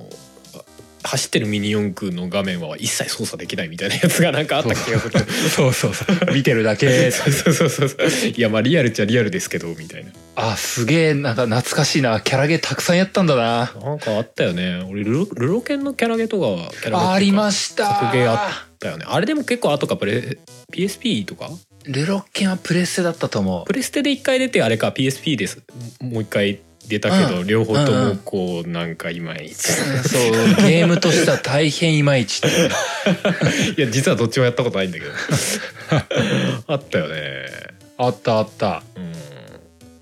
Speaker 2: 走ってるミニ四駆の画面は一切操作できないみたいなやつがなんかあった気がする
Speaker 1: そうそうそう。見てるだ け。
Speaker 2: そうそうそうそうそういやまあリアルっちゃリアルですけどみたいな
Speaker 1: あ、すげえ、なんか懐かしいな。キャラゲーたくさんやったんだな。
Speaker 2: なんかあったよね俺ルロルロケンのキャラゲとかはキャラゲとか
Speaker 1: ありました。
Speaker 2: 格ゲーあったよねあれでも結構後かプレ PSP とか
Speaker 1: ルロッケンはプレステだったと思
Speaker 2: プレステで一回出てあれか PSP ですもう一回出たけど、両方ともこうなんかいまいち、
Speaker 1: う。うんそう、ゲームとしては大変いまいちっていう。
Speaker 2: いや実はどっちもやったことないんだけど あったよね
Speaker 1: あったあった。
Speaker 2: うん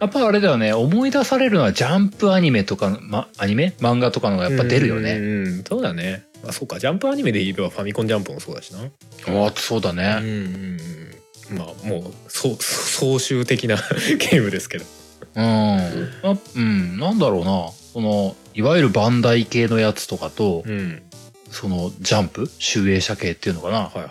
Speaker 1: やっぱあれだよね、思い出されるのはジャンプアニメとかの、ま、アニメ漫画とかのがやっぱ出るよ
Speaker 2: う
Speaker 1: ね。
Speaker 2: んうんそうだねあそうかジャンプアニメで言えばファミコンジャンプもそうだしな
Speaker 1: ああ、そうだ
Speaker 2: う
Speaker 1: ね。
Speaker 2: んうんうんまあもうそうそう総集的な ゲームですけど
Speaker 1: うん。あうん、なんだろうな。その、いわゆるバンダイ系のやつとかと、
Speaker 2: うん
Speaker 1: その、ジャンプ集英社系っていうのかな。
Speaker 2: はいはい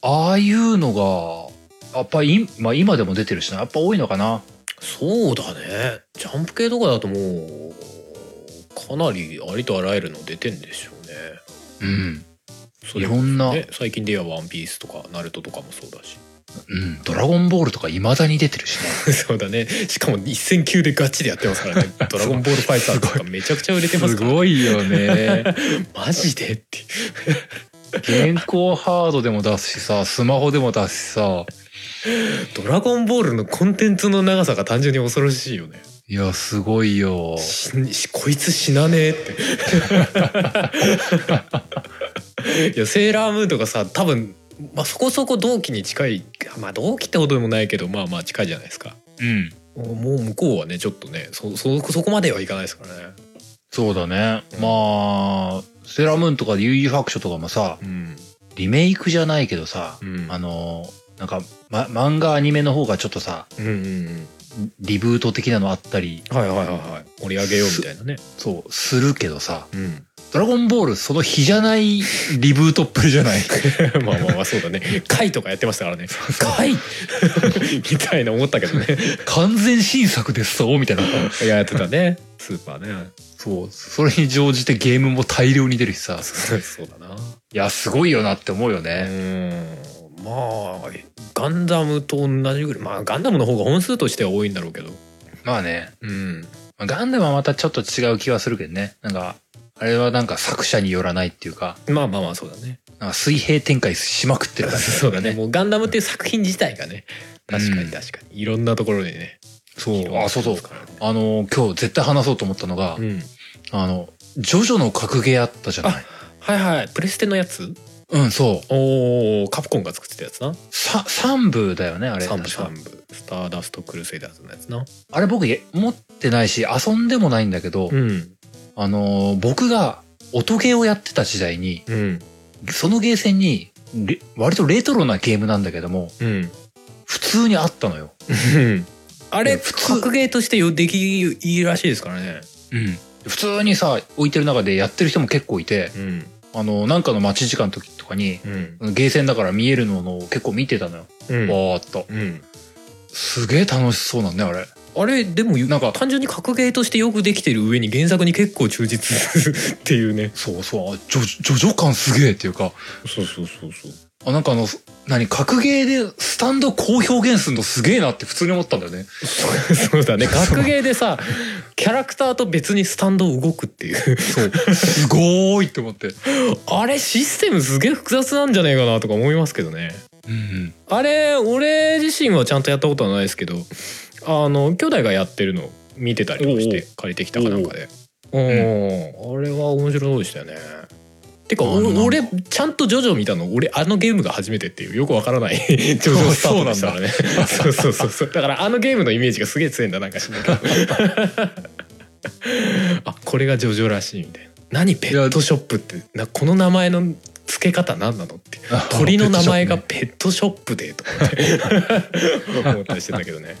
Speaker 1: ああいうのが、やっぱい、まあ今でも出てるしな。やっぱ多いのかな。
Speaker 2: そうだねジャンプ系とかだともうかなりありとあらゆるの出てんでしょうね
Speaker 1: うん。
Speaker 2: そ
Speaker 1: い
Speaker 2: れ
Speaker 1: ろんな、
Speaker 2: ね最近では「ワンピースとか「ナルトとかもそうだし
Speaker 1: うん、ドラゴンボールとか未だに出てるしね。
Speaker 2: そうだねしかも一戦級でガチでやってます からね「ドラゴンボールファイターズ」とかめちゃく ちゃ売れてますから
Speaker 1: ごいよね。
Speaker 2: マジでっていう
Speaker 1: 現行ハードでも出すしさ、スマホでも出すしさ、
Speaker 2: ドラゴンボールのコンテンツの長さが単純に恐ろしいよね
Speaker 1: いや、すごいよ。
Speaker 2: ししこいつ死なねえ っていやセーラームーンとかさ多分、まあ、そこそこ同期に近いまあ同期ってほどでもないけどまあまあ近いじゃないですか
Speaker 1: うん。
Speaker 2: もうもう向こうはねちょっとねそそそこまではいかないですからね
Speaker 1: そうだね。
Speaker 2: うん
Speaker 1: まあ、セーラームーンとか遊戯白書とかもさ、
Speaker 2: うん、
Speaker 1: リメイクじゃないけどさ、
Speaker 2: うん、
Speaker 1: あの、なんか、ま、漫画アニメの方がちょっとさ、
Speaker 2: うんうん
Speaker 1: リブート的なのあったり、
Speaker 2: うんはいはいはいはい盛り上げようみたいなね
Speaker 1: そう、するけどさ、
Speaker 2: うん
Speaker 1: ドラゴンボールその日じゃないリブートっぷりじゃ ない。
Speaker 2: まあまあまあそうだね会とかやってましたからね会 みたいな思ったけど ね
Speaker 1: 完全新作ですそうみたいな。
Speaker 2: いややってたねスーパーね
Speaker 1: そう、それに乗じてゲームも大量に出るしさ、
Speaker 2: そうそうだない
Speaker 1: や、すごいよなって思うよ
Speaker 2: う
Speaker 1: ね。
Speaker 2: ーんまあガンダムと同じぐらいまあガンダムの方が本数としては多いんだろうけど
Speaker 1: まあね、
Speaker 2: うん
Speaker 1: まあガンダムはまたちょっと違う気はするけどね。なんか、あれはなんか作者によらないっていうか、
Speaker 2: まあまあまあそうだね
Speaker 1: なんか水平展開しまくってる感じ、
Speaker 2: そうだね。もうガンダムっていう作品自体がね確かに確かにいろんなところにね
Speaker 1: そう、あ、そうそう。
Speaker 2: 広がってます
Speaker 1: あの、今日絶対話そうと思ったのが、
Speaker 2: からねうん
Speaker 1: あの、ジョジョの格ゲーあったじゃない
Speaker 2: はいはいプレステのやつ
Speaker 1: うん、そう。
Speaker 2: おおカプコンが作ってたやつな
Speaker 1: さ、3部だよね、あれ。
Speaker 2: 3部
Speaker 1: 確か
Speaker 2: 3部スターダストクルセイダーズのやつな
Speaker 1: あれ僕、持ってないし、遊んでもないんだけど、
Speaker 2: うん
Speaker 1: あのー僕が音ゲーをやってた時代に、
Speaker 2: うん
Speaker 1: そのゲーセンに、レ割とレトロなゲームなんだけども、
Speaker 2: うん
Speaker 1: 普通にあったのよ。
Speaker 2: あれ
Speaker 1: 普通
Speaker 2: 格ゲーとしてよできいいらしいですからね
Speaker 1: うん。普通にさ、置いてる中でやってる人も結構いて、
Speaker 2: うん
Speaker 1: あのーなんかの待ち時間の時とかに、
Speaker 2: うん
Speaker 1: ゲーセンだから見えるのを結構見てたのよ。
Speaker 2: うん
Speaker 1: ぼーっと。
Speaker 2: うん
Speaker 1: すげえ楽しそうなんだよ、あれ。
Speaker 2: あれでも
Speaker 1: な
Speaker 2: なんん
Speaker 1: か
Speaker 2: か単純に格ゲーとしてよくできてる上に原作に結構忠実 っていうね
Speaker 1: そうそう、あジョジョジョ感すげえっていうか、
Speaker 2: そうそうそうそう
Speaker 1: あ、なんかあの、何、格ゲーでスタンドこう表現するのすげえなって普通に思ったんだよね。
Speaker 2: そうだね格ゲーでさキャラクターと別にスタンド動くっていう
Speaker 1: そう。すごーいって思って。
Speaker 2: あれシステムすげえ複雑なんじゃないかなとか思いますけどね
Speaker 1: うんうん。
Speaker 2: あれ俺自身はちゃんとやったことはないですけどあの兄弟がやってるのを見てたりとかし
Speaker 1: おう
Speaker 2: て借りてきたかなんかでうんあれは面白そうでしたよねてか
Speaker 1: あの
Speaker 2: お俺ちゃんとジョジョ見たの俺あのゲームが初めてっていうよくわからない ジョジョスタートでしたからねそうそうそうそうだからあのゲームのイメージがすげえ強いんだなんかしないけど あこれがジョジョらしいみたいな何ペットショップってなこの名前の付け方何なのって 鳥の名前が。ペットショップでとかって思ったりしてたけどね。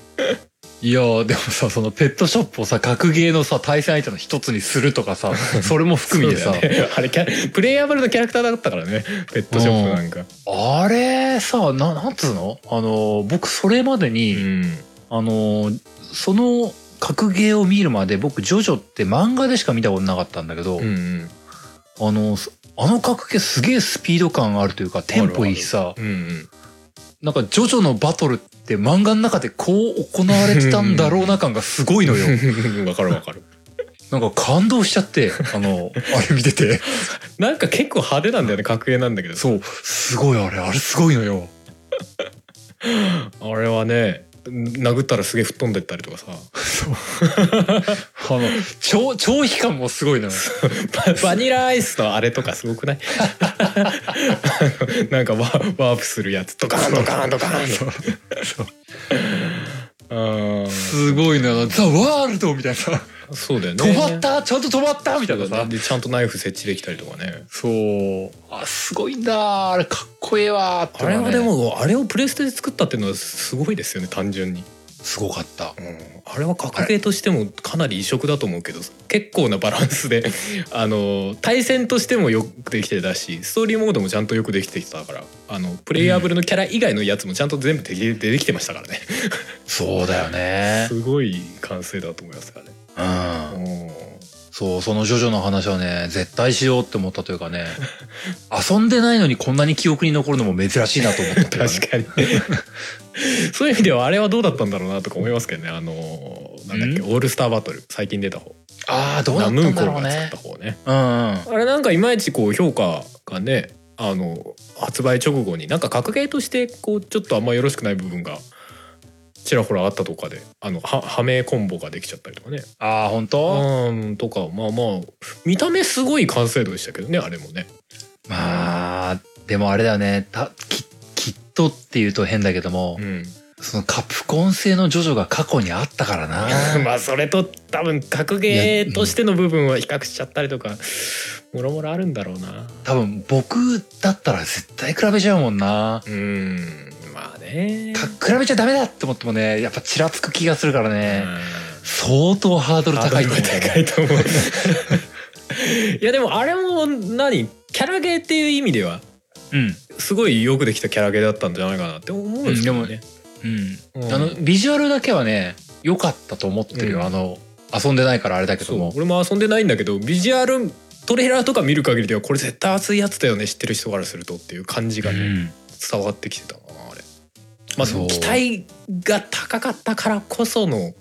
Speaker 1: いやーでもさ、そのペットショップをさ、格ゲーのさ、対戦相手の一つにするとかさ、 それも含みでさ、
Speaker 2: そうだよねあれキャプレイヤブルのキャラクターだったからねペットショップなんか。
Speaker 1: あれさ、な、なんつうのあのー、僕それまで
Speaker 2: う
Speaker 1: に、
Speaker 2: ん
Speaker 1: あのー、その格ゲーを見るまで僕、ジョジョって漫画でしか見たことなかったんだけど、
Speaker 2: うんうん
Speaker 1: あの、そあの格ゲーすげえスピード感あるというか、テンポいいしさ、
Speaker 2: うんうん
Speaker 1: なんかジョジョのバトルって漫画の中でこう行われてたんだろうな感がすごいのよ。
Speaker 2: わかるわかる。
Speaker 1: なんか感動しちゃって、あの、 あれ見てて。
Speaker 2: なんか結構派手なんだよね格ゲーなんだけど。
Speaker 1: そう、すごいあれ、あれすごいのよ。
Speaker 2: あれはね殴ったらすげえ吹っ飛んでったりとかさ
Speaker 1: あの、超、超飛感もすごいのよ。
Speaker 2: バ バニラアイスのあれとかすごくない なんかワワープするやつとかドカーンドカーンドカーンうん
Speaker 1: すごいのよ。ザ・ワールドみたいなさ、
Speaker 2: そうだよね
Speaker 1: 止まったちゃんと止まったみたいな
Speaker 2: そうだ
Speaker 1: さ
Speaker 2: ね。でちゃんとナイフ設置できたりとかね
Speaker 1: そう。あ、すごいんだ。あれかっこええわーって、
Speaker 2: あれはで、もあれをプレステで作ったっていうのはすごいですよね単純に、
Speaker 1: すごかった。
Speaker 2: あれは格ゲーとしてもかなり異色だと思うけど結構なバランスで あの対戦としてもよくできてたしストーリーモードもちゃんとよくできてきたからあのプレイヤブルのキャラ以外のやつもちゃんと全部でき出てきてましたからね、
Speaker 1: そうだよね。
Speaker 2: すごい完成だと思いますからね
Speaker 1: うん。
Speaker 2: うん
Speaker 1: そう、そのジョジョの話はね、絶対しようって思ったというかね、 遊んでないのにこんなに記憶に残るのも珍しいなと思ったというね
Speaker 2: 確かにそういう意味ではあれはどうだったんだろうなとか思いますけどねあのなんだっけ
Speaker 1: ん
Speaker 2: オールスターバトル最近出た方
Speaker 1: ああ、どうだったんだろう
Speaker 2: ナム
Speaker 1: ね
Speaker 2: ーコ。が作った方ね
Speaker 1: うんうん。
Speaker 2: あれなんかいまいちこう評価がねあの発売直後になんか格ゲーとしてこうちょっとあんまよろしくない部分がちらほらあったとかであのはハメコンボができちゃったりとかね
Speaker 1: ああ本当、
Speaker 2: うんとかまあまあ見た目すごい完成度でしたけどねあれもね
Speaker 1: まあでもあれだよねたききっとっていうと変だけども、
Speaker 2: うん
Speaker 1: そのカプコン製のジョジョが過去にあったからな
Speaker 2: まあそれと多分格ゲーとしての部分は比較しちゃったりとかもろもろあるんだろうな
Speaker 1: 多分僕だったら絶対比べちゃうもんな
Speaker 2: うんまあね
Speaker 1: か比べちゃダメだって思ってもねやっぱちらつく気がするからね、相当ハードル高いと思う
Speaker 2: 高いと思う いやでもあれも何キャラゲーっていう意味では
Speaker 1: うん
Speaker 2: すごいよくできたキャラゲーだったんじゃないかなって思うんですけどね、
Speaker 1: うん、
Speaker 2: うん
Speaker 1: あのビジュアルだけはね良かったと思ってるよ、
Speaker 2: うん
Speaker 1: あの遊んでないからあれだけ
Speaker 2: そ
Speaker 1: ど
Speaker 2: う
Speaker 1: も
Speaker 2: 俺も遊んでないんだけどビジュアルトレーラーとか見る限りではこれ絶対熱いやつだよね知ってる人からするとっていう感じがね、
Speaker 1: うん
Speaker 2: 伝わってきてたなあれ、まあ、
Speaker 1: そう
Speaker 2: 期待が高かったからこその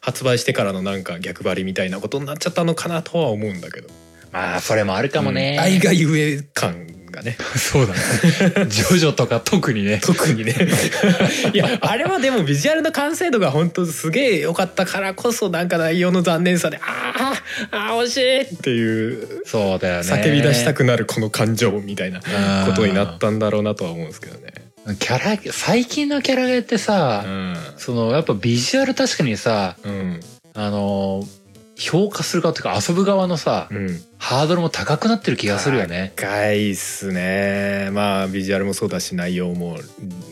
Speaker 2: 発売してからのなんか逆張りみたいなことになっちゃったのかなとは思うんだけど
Speaker 1: まあそれもあるかもね、
Speaker 2: うん愛がゆえ感がね
Speaker 1: そうだねジョジョとか 特にね
Speaker 2: 特にねいやあれはでもビジュアルの完成度が本当すげえ良かったからこそなんか内容の残念さであーあー惜しいっていう
Speaker 1: そうだよね
Speaker 2: 叫び出したくなるこの感情みたいな
Speaker 1: うん
Speaker 2: ことになったんだろうなとは思うんですけどね。
Speaker 1: キャラ最近のキャラゲーってさ、そのやっぱビジュアル確かにさ
Speaker 2: うん、うん
Speaker 1: あの評価する側というか遊ぶ側のさ、
Speaker 2: うん
Speaker 1: ハードルも高くなってる気がするよね
Speaker 2: 高いっすねまあビジュアルもそうだし内容も、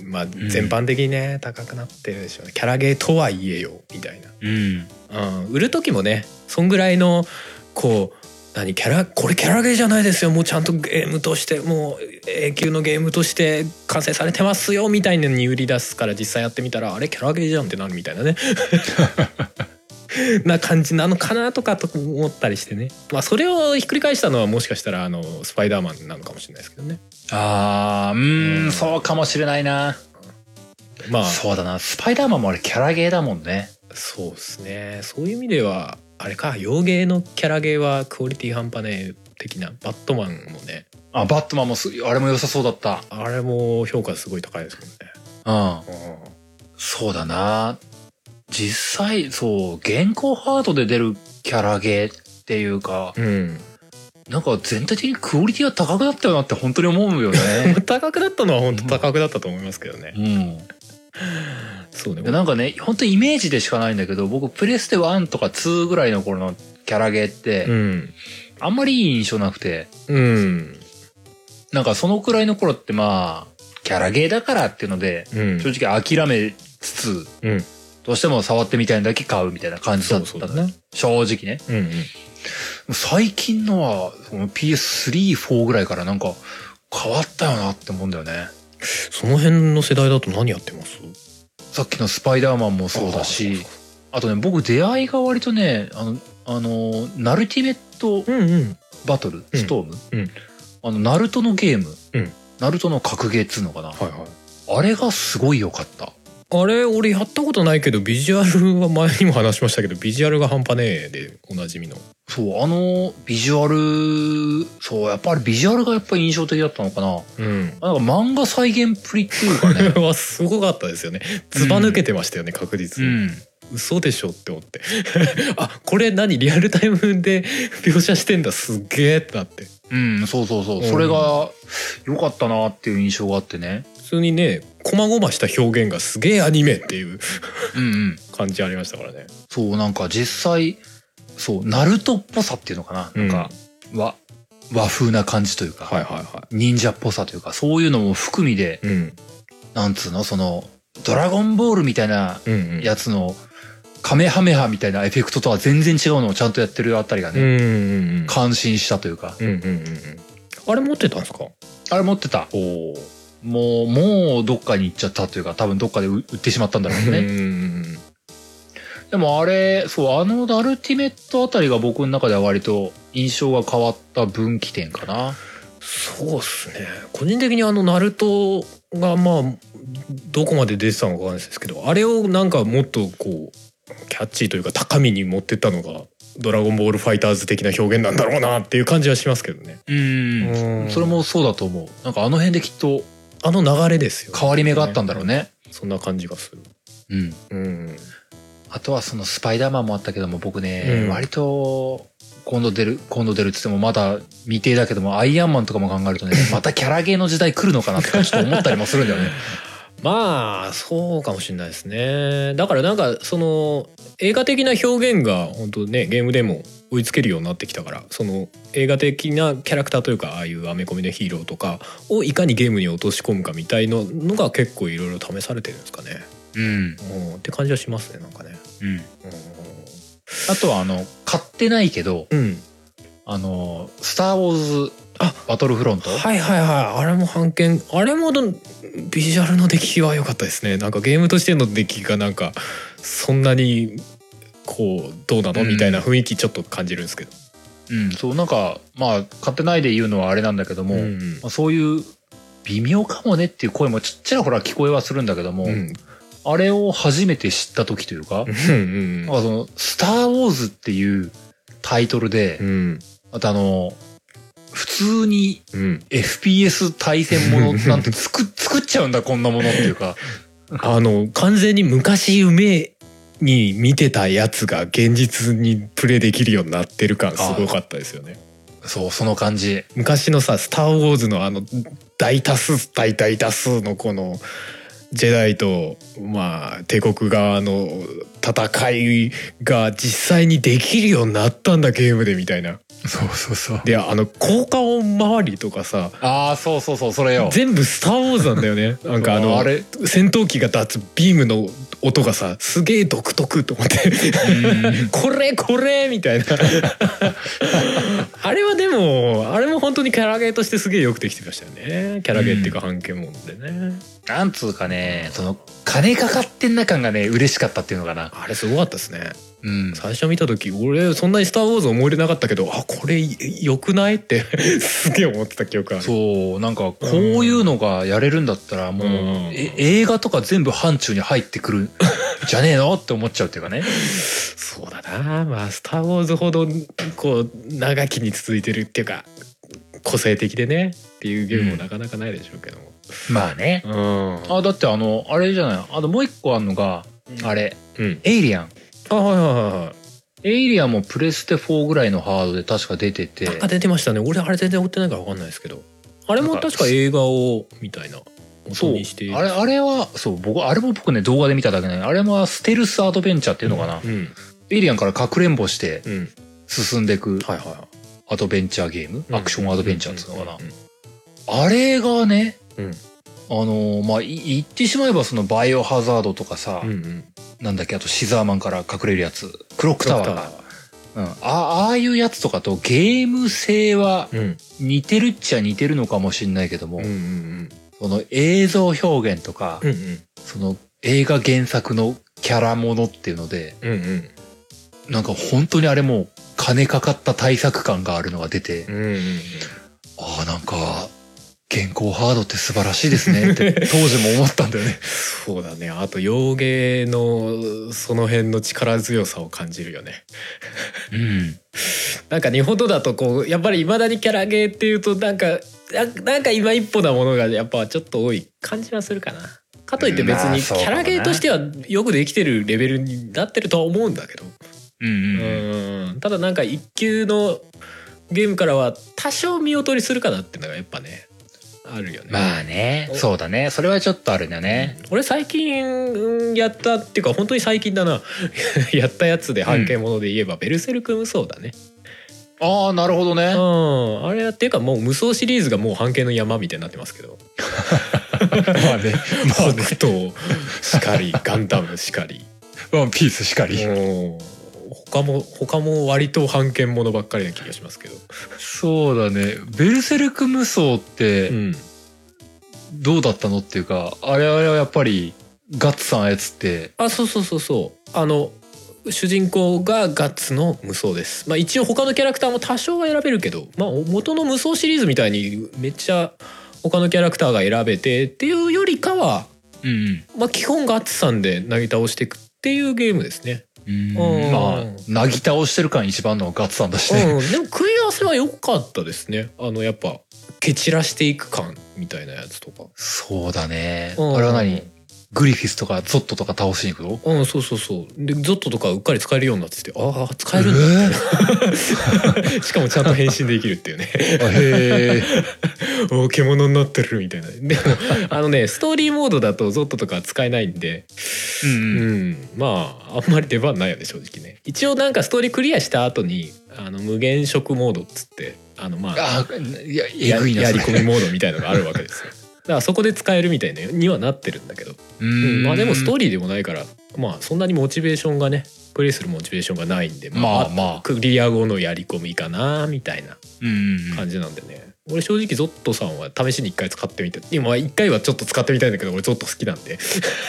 Speaker 2: まあ、全般的にね、高くなってるでしょうねキャラゲーとはいえよみたい
Speaker 1: うん
Speaker 2: な、うん、売る時もねそんぐらいのこう何キャラこれキャラゲーじゃないですよもうちゃんとゲームとしてもう永久のゲームとして完成されてますよみたいなのに売り出すから実際やってみたらあれキャラゲーじゃんってなるみたいなねな感じなのかなとかと思ったりしてねまあそれをひっくり返したのはもしかしたらあのスパイダーマンなのかもしれないですけどね
Speaker 1: あーうー
Speaker 2: うんん
Speaker 1: そうかもしれないな
Speaker 2: まあ
Speaker 1: そうだなスパイダーマンもあれキャラゲーだもんね
Speaker 2: そうですねそういう意味ではあれか洋芸のキャラゲーはクオリティ半端ねえ的なバットマンもね
Speaker 1: あバットマンもすあれも良さそうだった
Speaker 2: あれも評価すごい高いですもんね
Speaker 1: うん
Speaker 2: うん
Speaker 1: そうだな実際そう現行ハードで出るキャラゲーっていうか
Speaker 2: うん、
Speaker 1: なんか全体的にクオリティが高くなったよなって本当に思うよ ね
Speaker 2: 高くなったのは本当高くなったと思いますけどね
Speaker 1: う。ん
Speaker 2: そうね。
Speaker 1: でなんかね本当イメージでしかないんだけど僕プレステ1とか2ぐらいの頃のキャラゲーって、
Speaker 2: うん。
Speaker 1: あんまりいい印象なくて
Speaker 2: うん。
Speaker 1: なんかそのくらいの頃ってまあキャラゲーだからっていうので
Speaker 2: うん。
Speaker 1: 正直諦めつつ、
Speaker 2: うん
Speaker 1: どうしても触ってみたいなだけ買うみたいな感じだったん
Speaker 2: そう
Speaker 1: だ
Speaker 2: そう
Speaker 1: ね
Speaker 2: だね
Speaker 1: 正直ね
Speaker 2: うんうん。
Speaker 1: 最近のはその PS34 ぐらいからなんか変わったよなって思うんだよね
Speaker 2: その辺の世代だと何やってます
Speaker 1: さっきの「スパイダーマン」もそうだしあとね僕出会いが割とねあのあのナルティメット
Speaker 2: うんうん。
Speaker 1: バトル
Speaker 2: うん
Speaker 1: ストーム、
Speaker 2: うん
Speaker 1: あのナルトのゲーム、
Speaker 2: うん
Speaker 1: ナルトの格ゲーっつうのかな、
Speaker 2: はいはい。
Speaker 1: あれがすごい良かった
Speaker 2: あれ、俺やったことないけど、ビジュアルは前にも話しましたけど、ビジュアルが半端ねえで、おなじみの。
Speaker 1: そうあのビジュアルそうやっぱりビジュアルがやっぱ印象的だったのかな
Speaker 2: うん。
Speaker 1: なんか漫画再現っぷりっていうか
Speaker 2: あれ
Speaker 1: ね
Speaker 2: はすごかったですよね。ずば抜けてましたよね、確
Speaker 1: う
Speaker 2: 実に。
Speaker 1: ん
Speaker 2: 嘘でしょって思って。 あ、これ何リアルタイムで 描写してんだ。すげえってなって。
Speaker 1: うん、そうそうそう。
Speaker 2: うん
Speaker 1: それが良かったなっていう印象があってね。
Speaker 2: 普通にね細々した表現がすげえアニメっていう
Speaker 1: うんうん。
Speaker 2: 感じありましたからね
Speaker 1: そう、なんか実際、そう、ナルトっぽさっていうのかな。なんか、和、和風な感じというか、
Speaker 2: はいはいは
Speaker 1: 忍者っぽさというか、そういうのも含みで、
Speaker 2: い、うん、
Speaker 1: なんつうの、その、ドラゴンボールみたいな
Speaker 2: うんうん
Speaker 1: やつの、カメハメハみたいなエフェクトとは全然違うのをちゃんとやってるあたりが
Speaker 2: うん
Speaker 1: ね、
Speaker 2: うんうん
Speaker 1: 感心したというか。
Speaker 2: うんうんうんうんあれ持ってたんですか
Speaker 1: あれ持ってた。
Speaker 2: おお
Speaker 1: もう、もうどっかに行っちゃったというか、多分どっかで売ってしまったんだろうね。
Speaker 2: ね
Speaker 1: でもあれ、そう、あのダルティメットあたりが僕の中では割と印象が変わった分岐点かな。
Speaker 2: そうっすね個人的にあのナルトがまあどこまで出てたのかわかんないですけどあれをなんかもっとこうキャッチーというか高みに持ってったのが「ドラゴンボールファイターズ」的な表現なんだろうなっていう感じはしますけどね
Speaker 1: うん。
Speaker 2: うん
Speaker 1: それもそうだと思う。なんかあの辺できっと
Speaker 2: あの流れですよね
Speaker 1: 変わり目があったんだろうね。
Speaker 2: そんな感じがする
Speaker 1: うん。
Speaker 2: うん、
Speaker 1: あとはそのスパイダーマンもあったけども、僕ね、
Speaker 2: うん
Speaker 1: 割と、今度出る、今度出るって言ってもまだ未定だけども、アイアンマンとかも考える とね、またキャラゲーの時代来るのかなとかちょっと思ったりもするんだよね。
Speaker 2: まあそうかもしれないですねだからなんかその映画的な表現が本当ねゲームでも追いつけるようになってきたからその映画的なキャラクターというかああいうアメコミのヒーローとかをいかにゲームに落とし込むかみたいののが結構いろいろ試されてるんですかね、
Speaker 1: うん。
Speaker 2: うん、って感じはしますねなんかね。
Speaker 1: うん。あとはあの、買ってないけど、
Speaker 2: うん、うん
Speaker 1: あの、スター・ウォーズ
Speaker 2: あ
Speaker 1: バトルフロント。
Speaker 2: はいはいはいあれも版権あれもどんビジュアルの出来は良かったですねなんかゲームとしての出来がなんかそんなにこうどうなの
Speaker 1: うん
Speaker 2: みたいな雰囲気ちょっと感じるんですけど、
Speaker 1: うん、そう、なんか、まあ、買ってないで言うのはあれなんだけども、
Speaker 2: うん
Speaker 1: まあ、そういう、微妙かもねっていう声もちっちゃらほら聞こえはするんだけども、
Speaker 2: うんうん
Speaker 1: あれを初めて知った時というか、
Speaker 2: うん
Speaker 1: なんかその、スター・ウォーズっていうタイトルで、
Speaker 2: うん
Speaker 1: あとあの、普通に
Speaker 2: うん、
Speaker 1: FPS 対戦ものなんて 作っ作っちゃうんだ、こんなものっていうか。
Speaker 2: あの完全に昔夢に見てたやつが現実にプレイできるようになってる感すごかったですよね
Speaker 1: そう、その感じ。
Speaker 2: 昔のさ「スター・ウォーズ」のあの大多数対大多数のこのジェダイとまあ帝国側の戦いが実際にできるようになったんだゲームでみたいな。
Speaker 1: そうそうそう。
Speaker 2: であの効果音周りとかさ
Speaker 1: ああ、そうそうそう、それよ。
Speaker 2: 全部「スター・ウォーズ」なんだよね。なんかあの
Speaker 1: あれ、
Speaker 2: 戦闘機が立つビームの音がさすげえ独特と思って。
Speaker 1: うん
Speaker 2: これこれみたいな あれはでもあれも本当にキャラゲーとしてすげえよくできてましたよねキャラゲーっていうか半径もんでね、
Speaker 1: なんつうかね、その、金かかってんな感がね、嬉しかったっていうのかな。
Speaker 2: あれすごかったですね
Speaker 1: うん。
Speaker 2: 最初見た時俺そんなに「スター・ウォーズ」思い入れなかったけどあこれよくないって すげえ思ってた記憶がある
Speaker 1: そう、なんか、こういうのがやれるんだったら、もう、
Speaker 2: うん
Speaker 1: え映画とか全部範疇に入ってくるじゃねえのって思っちゃうっていうかね。
Speaker 2: そうだなまあ「スター・ウォーズ」ほどこう長きに続いてるっていうか個性的でねっていうゲームもなかなかないでしょうけども、
Speaker 1: まあね。
Speaker 2: うん
Speaker 1: あ、だってあの、あれじゃない。あともう一個あんのが、あれ、
Speaker 2: うん、
Speaker 1: エイリアン。
Speaker 2: あはいはいはいはい
Speaker 1: エイリアンもプレステ4ぐらいのハードで確か出てて、
Speaker 2: なんか出てましたね俺あれ全然追ってないから分かんないですけどあれも確か映画をみたいな
Speaker 1: そ
Speaker 2: 音
Speaker 1: う
Speaker 2: にして。
Speaker 1: あれ、あれは、そう、僕、あれも僕ね、動画で見ただけね。あれはステルスアドベンチャーっていうのかな。
Speaker 2: うん
Speaker 1: エイリアンからかくれんぼして
Speaker 2: うん
Speaker 1: 進んでいく
Speaker 2: はいはいは
Speaker 1: アドベンチャーゲーム、
Speaker 2: い
Speaker 1: アクションアドベンチャーっていうのかな。
Speaker 2: うん
Speaker 1: あれがね、
Speaker 2: うん
Speaker 1: あのーまあ、い言ってしまえばそのバイオハザードとかさ、
Speaker 2: うんうん
Speaker 1: なんだっけ、あとシザーマンから隠れるやつ、クロックタワーか。うん、あああいうやつとかとゲーム性は
Speaker 2: うん
Speaker 1: 似てるっちゃ似てるのかもしれないけども、
Speaker 2: うんうんうん
Speaker 1: その映像表現とか、
Speaker 2: うんうん
Speaker 1: その映画原作のキャラものっていうので、
Speaker 2: うんうん
Speaker 1: なんか本当にあれもう金かかった対策感があるのが出て、
Speaker 2: うんうんうん
Speaker 1: ああ、なんか、現行ハードって素晴らしいですねって 当時も思ったんだよね。
Speaker 2: そうだねあと洋芸のその辺の力強さを感じるよね
Speaker 1: うん。
Speaker 2: なんか日本とだとこうやっぱりいまだにキャラゲーっていうとなんかななんか今一歩なものがやっぱちょっと多い感じはするかな。かといって別
Speaker 1: まあ
Speaker 2: にキ
Speaker 1: そうか
Speaker 2: ャ
Speaker 1: も
Speaker 2: ラ
Speaker 1: な
Speaker 2: ゲーとしてはよくできてるレベルになってるとは思うんだけど、
Speaker 1: うんうん。
Speaker 2: うんただなんか一級のゲームからは多少見劣りするかなっていうのがやっぱねあるよね。
Speaker 1: まあね、
Speaker 2: お
Speaker 1: そうだね。それはちょっとあるんだよね。
Speaker 2: 俺最近うんやったっていうか本当に最近だな やったやつで半径もので言えば「ベルセルク無双」だね。
Speaker 1: ああ、なるほどね。
Speaker 2: うん、あれっていうかもう無双シリーズがもう半径の山みたいになってますけど
Speaker 1: まあね、
Speaker 2: 北斗しかりガンダムしかり
Speaker 1: ワンピースしかり。
Speaker 2: うん他も他も割と半径ものばっかりな気がしますけど、
Speaker 1: そうだね。ベルセルク無双っ
Speaker 2: う
Speaker 1: て
Speaker 2: ん、
Speaker 1: どうだったのっていうか、あれあれはやっぱりガッツさんやつって、
Speaker 2: あそうそうそうそうあの主人公がガッツの無双です、まあ、一応他のキャラクターも多少は選べるけど、まあ、元の無双シリーズみたいにめっちゃ他のキャラクターが選べてっていうよりかは、
Speaker 1: うん
Speaker 2: まあ、基本ガッツさんで投げ倒していくっていうゲームですね。
Speaker 1: うん。
Speaker 2: うん
Speaker 1: まあ、なぎ倒してる感一番のはガッツさんだしね。
Speaker 2: うん、 でも食い合わせは良かったですねあのやっぱ蹴散らしていく感みたいなやつとか
Speaker 1: そうだね。
Speaker 2: うん
Speaker 1: あれは何グリフィスとかゾットとか倒しに行くの
Speaker 2: うん、そうそうそう。で、ゾットとかうっかり使えるようになってて、ああ、使える んだ。しかもちゃんと変身できるっていうね。
Speaker 1: えー、あへえ
Speaker 2: おー獣になってるみたいな。 でも、あのね、ストーリーモードだとゾットとか使えないんで、
Speaker 1: うんうん
Speaker 2: うん、まああんまり出番ないよね正直ね一応なんかストーリークリアした後にあの無限食モードっつってあのまあ
Speaker 1: あーいやえ
Speaker 2: や
Speaker 1: ぐいな
Speaker 2: や
Speaker 1: そ
Speaker 2: り
Speaker 1: れ
Speaker 2: 込みモードみたいのがあるわけ ですよだからそこで使えるみたいなにはなってるんだけど、
Speaker 1: う
Speaker 2: うん
Speaker 1: ん
Speaker 2: まあでもストー
Speaker 1: リ
Speaker 2: リーでもないからまあそんなにモチベーションがねプレイするモチベーションがないんで
Speaker 1: まあまあ
Speaker 2: クリア後のやり込みかなみたいな
Speaker 1: ーうんうん
Speaker 2: 感じなんでね、俺正直ゾットさんは試しに一回使ってみて今は一回はちょっと使ってみたいんだけど俺ゾット好きなんで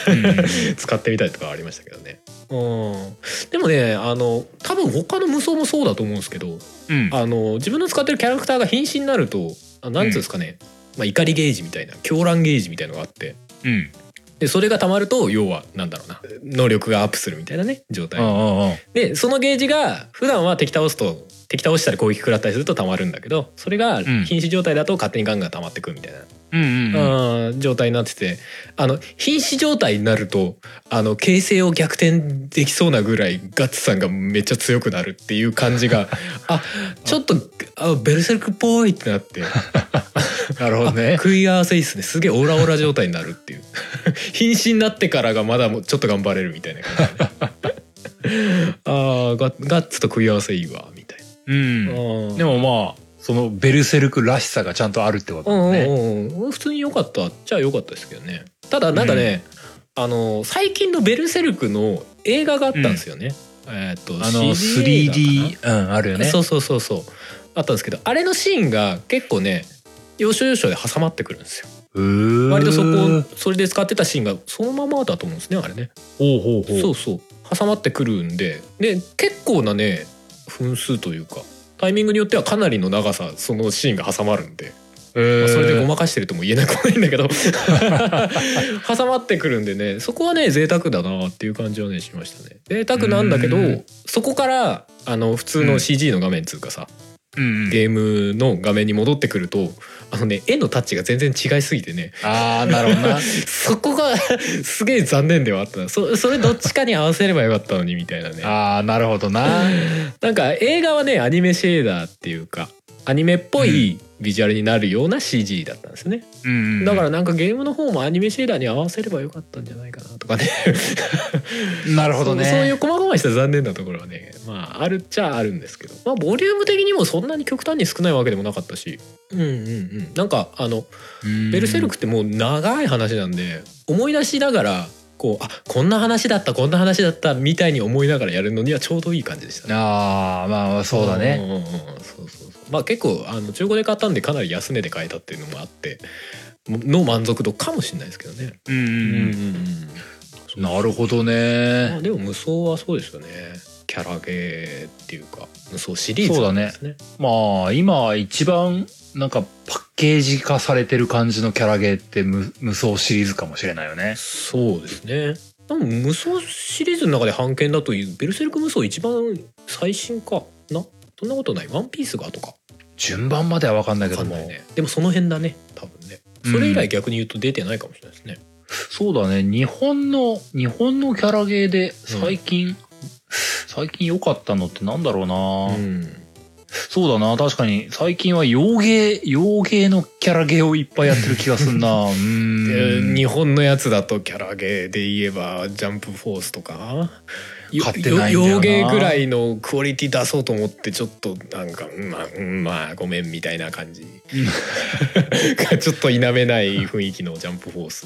Speaker 1: うんうん
Speaker 2: 使ってみたりとかはありましたけどね。うん、でもねあの多分他の無双もそうだと思うんですけど
Speaker 1: うん
Speaker 2: あの自分の使ってるキャラクターが瀕死になるとあなんていうんですかね、まあ、怒りゲージみたいな狂乱ゲージみたいのがあって
Speaker 1: うん
Speaker 2: でそれが溜まると要はなんだろうな能力がアップするみたいなね状態、
Speaker 1: ああ
Speaker 2: でそのゲージが普段は敵倒すと敵倒したり攻撃食らったりすると溜まるんだけどそれが
Speaker 1: ん
Speaker 2: 瀕死状態だと勝手にガンガン溜まってくみたいな
Speaker 1: うんうんうん
Speaker 2: あー状態になっててあの瀕死状態になるとあの形勢を逆転できそうなぐらいガッツさんがめっちゃ強くなるっていう感 じがあちょっとあベルセルクっぽいって なって
Speaker 1: なるほどね
Speaker 2: 食い合わせいいっすねすげえオラオラ状態になるっていう 瀕死になってからがまだもうちょっと頑張れるみたいな感じで、 あーガガッツと食い合わせいいわみたいな。
Speaker 1: うん
Speaker 2: うん
Speaker 1: でもまあそのベルセルクらしさがちゃんとあるってこと
Speaker 2: う
Speaker 1: だ
Speaker 2: んうん
Speaker 1: ね
Speaker 2: うんうん、普通に良かったっちゃ良かったですけどねただなんかね、あの最近の「ベルセルク」の映画があったんですよね、えーっと
Speaker 1: あの
Speaker 2: CD 映画
Speaker 1: 3D うんあるよ
Speaker 2: かな
Speaker 1: ね
Speaker 2: そうそうそうそうあったんですけどあれのシーンが結構ね要所要所で挟まってくるんですよ
Speaker 1: う
Speaker 2: 割とそ
Speaker 1: ーん
Speaker 2: こそれで使ってたシーンがそのままだと思うんですねあれね
Speaker 1: ほうほうほう
Speaker 2: そうそう挟まってくるんでで結構なね分数というかタイミングによってはかなりの長さそのシーンが挟まるんで
Speaker 1: へー
Speaker 2: まあそれでごまかしてるとも言えなくはないんだ けど挟まってくるんでねそこはね贅沢だなっていう感じはねしましたね贅沢なんだけど
Speaker 1: うん
Speaker 2: そこからあの普通
Speaker 1: う
Speaker 2: の
Speaker 1: ん
Speaker 2: CG の画面っつうかさ、
Speaker 1: うんうん
Speaker 2: ゲームの画面に戻ってくるとあのね絵のタッチが全然違いすぎてね
Speaker 1: ああなるほどな
Speaker 2: そこが すげえ残念ではあったなそそれどっちかに合わせればよかったのにみたいなね
Speaker 1: ああなるほどな
Speaker 2: なんか映画はねアニメシェーダーっていうかアニメっぽいビジュアルになるような CG だったんですね
Speaker 1: うんうん
Speaker 2: だからなんかゲームの方もアニメシェーダーに合わせればよかったんじゃないかなとかね
Speaker 1: なるほどね
Speaker 2: そうそういう細々した残念なところはねまああるっちゃあるんですけどまあボリューム的にもそんなに極端に少ないわけでもなかったしうんうんうんなんかあの「ベルセルク」ってもう長い話なんで思い出しながらこうあこんな話だったこんな話だったみたいに思いながらやるのにはちょうどいい感じでしたね。
Speaker 1: ああまあそうだね
Speaker 2: んうんうんそうそうそうまあ結構あの中古で買ったんでかなり安値で買えたっていうのもあっての満足度かもしれないですけどね。
Speaker 1: うんう
Speaker 2: うん
Speaker 1: んうんなるほど
Speaker 2: まあ
Speaker 1: ね
Speaker 2: でも無双はそうですよねキャラゲーっていうか無双シリーズなんですね
Speaker 1: まあ今一番なんかパッケージ化されてる感じのキャラゲーって無無双シリーズかもしれないよね
Speaker 2: そうですねでも無双シリーズの中で版権だというベルセルク無双一番最新かなそんなことないワンピースがとか
Speaker 1: 順番までは分かんないけ
Speaker 2: わか
Speaker 1: ど
Speaker 2: んな
Speaker 1: も
Speaker 2: いねでもその辺だね多分ねそれ以来逆に言うと出てないかもしれないですね、
Speaker 1: そうだね日本の日本のキャラゲーで最近、最近良かったのってなんだろうな、
Speaker 2: うん
Speaker 1: そうだな確かに最近は洋芸洋芸のキャラゲーをいっぱいやってる気がす んなう
Speaker 2: で
Speaker 1: ーん
Speaker 2: 日本のやつだとキャラゲーで言えばジャンプフォースとかよ
Speaker 1: 買ってないんだよな
Speaker 2: よ洋芸ぐらいのクオリティ出そうと思ってちょっとなんかうんまあ、うんまあ、ごめんみたいな感じが ちょっと否めない雰囲気のジャンプフォース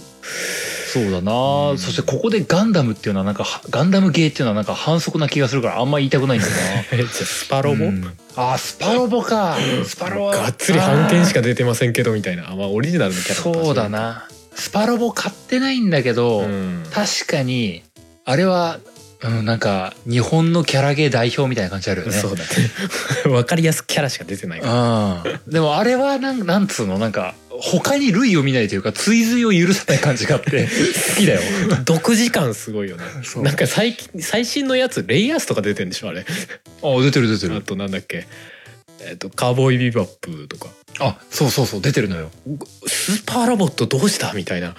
Speaker 1: そうだ
Speaker 2: う
Speaker 1: なんそしてここでガンダムっていうのはなんかはガンダムゲーっていうのはなんか反則な気がするからあんま言いたくないんだよ
Speaker 2: えじゃあスパロボ、
Speaker 1: うんなあースパロボかスパロボ
Speaker 2: がっつり半券し
Speaker 1: か
Speaker 2: か出てませんけどみたいなあ、まあ、オリジナルのキャラとか
Speaker 1: そうだなスパロボ買ってないんだけど、
Speaker 2: うん
Speaker 1: 確かにあれは、うん、なんか日本のキャラゲー代表みたいな感じあるよね
Speaker 2: そうだね わかりやすくキャラしか出てないから
Speaker 1: うん、でもあれはなんなんつうのなんか他に類を見ないというか追随を許さない感じがあって好 きだよ
Speaker 2: 独自感すごいよね
Speaker 1: そう
Speaker 2: なんか最近最新のやつレイアースとか出てんでしょあれ
Speaker 1: あ出てる出て
Speaker 2: あ
Speaker 1: る
Speaker 2: となんだっけえっと、カーボーイビバップとか、
Speaker 1: あそうそうそう出てるのよ
Speaker 2: スーパーロボットどうしたみたいな。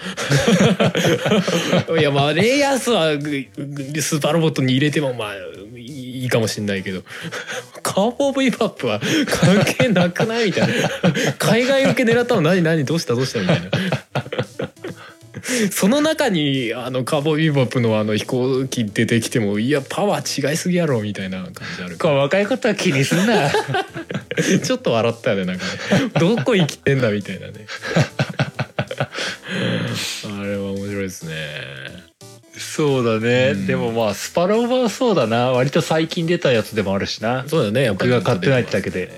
Speaker 2: いや、まあ、レイヤースはぐぐスーパーロボットに入れても、まあ、いいかもしんないけど、 カーボーイビバップは 関係なくないみたいな。海外受け狙ったの何何どうしたどうしたみたいな。 その中にあのカーボーイビバップのあの飛行機出てきてもいやパワー違いすぎやろみたいな感じあるから
Speaker 1: 若いことは気にすんな
Speaker 2: ちょっと笑ったよねなんかね どこ生きてんだみたいなね あれは面白いですね
Speaker 1: そうだね、
Speaker 2: うん
Speaker 1: でもまあスパロボはそうだな割と最近出たやつでもあるしな
Speaker 2: そうだねやっぱり
Speaker 1: 僕が買ってないってだけで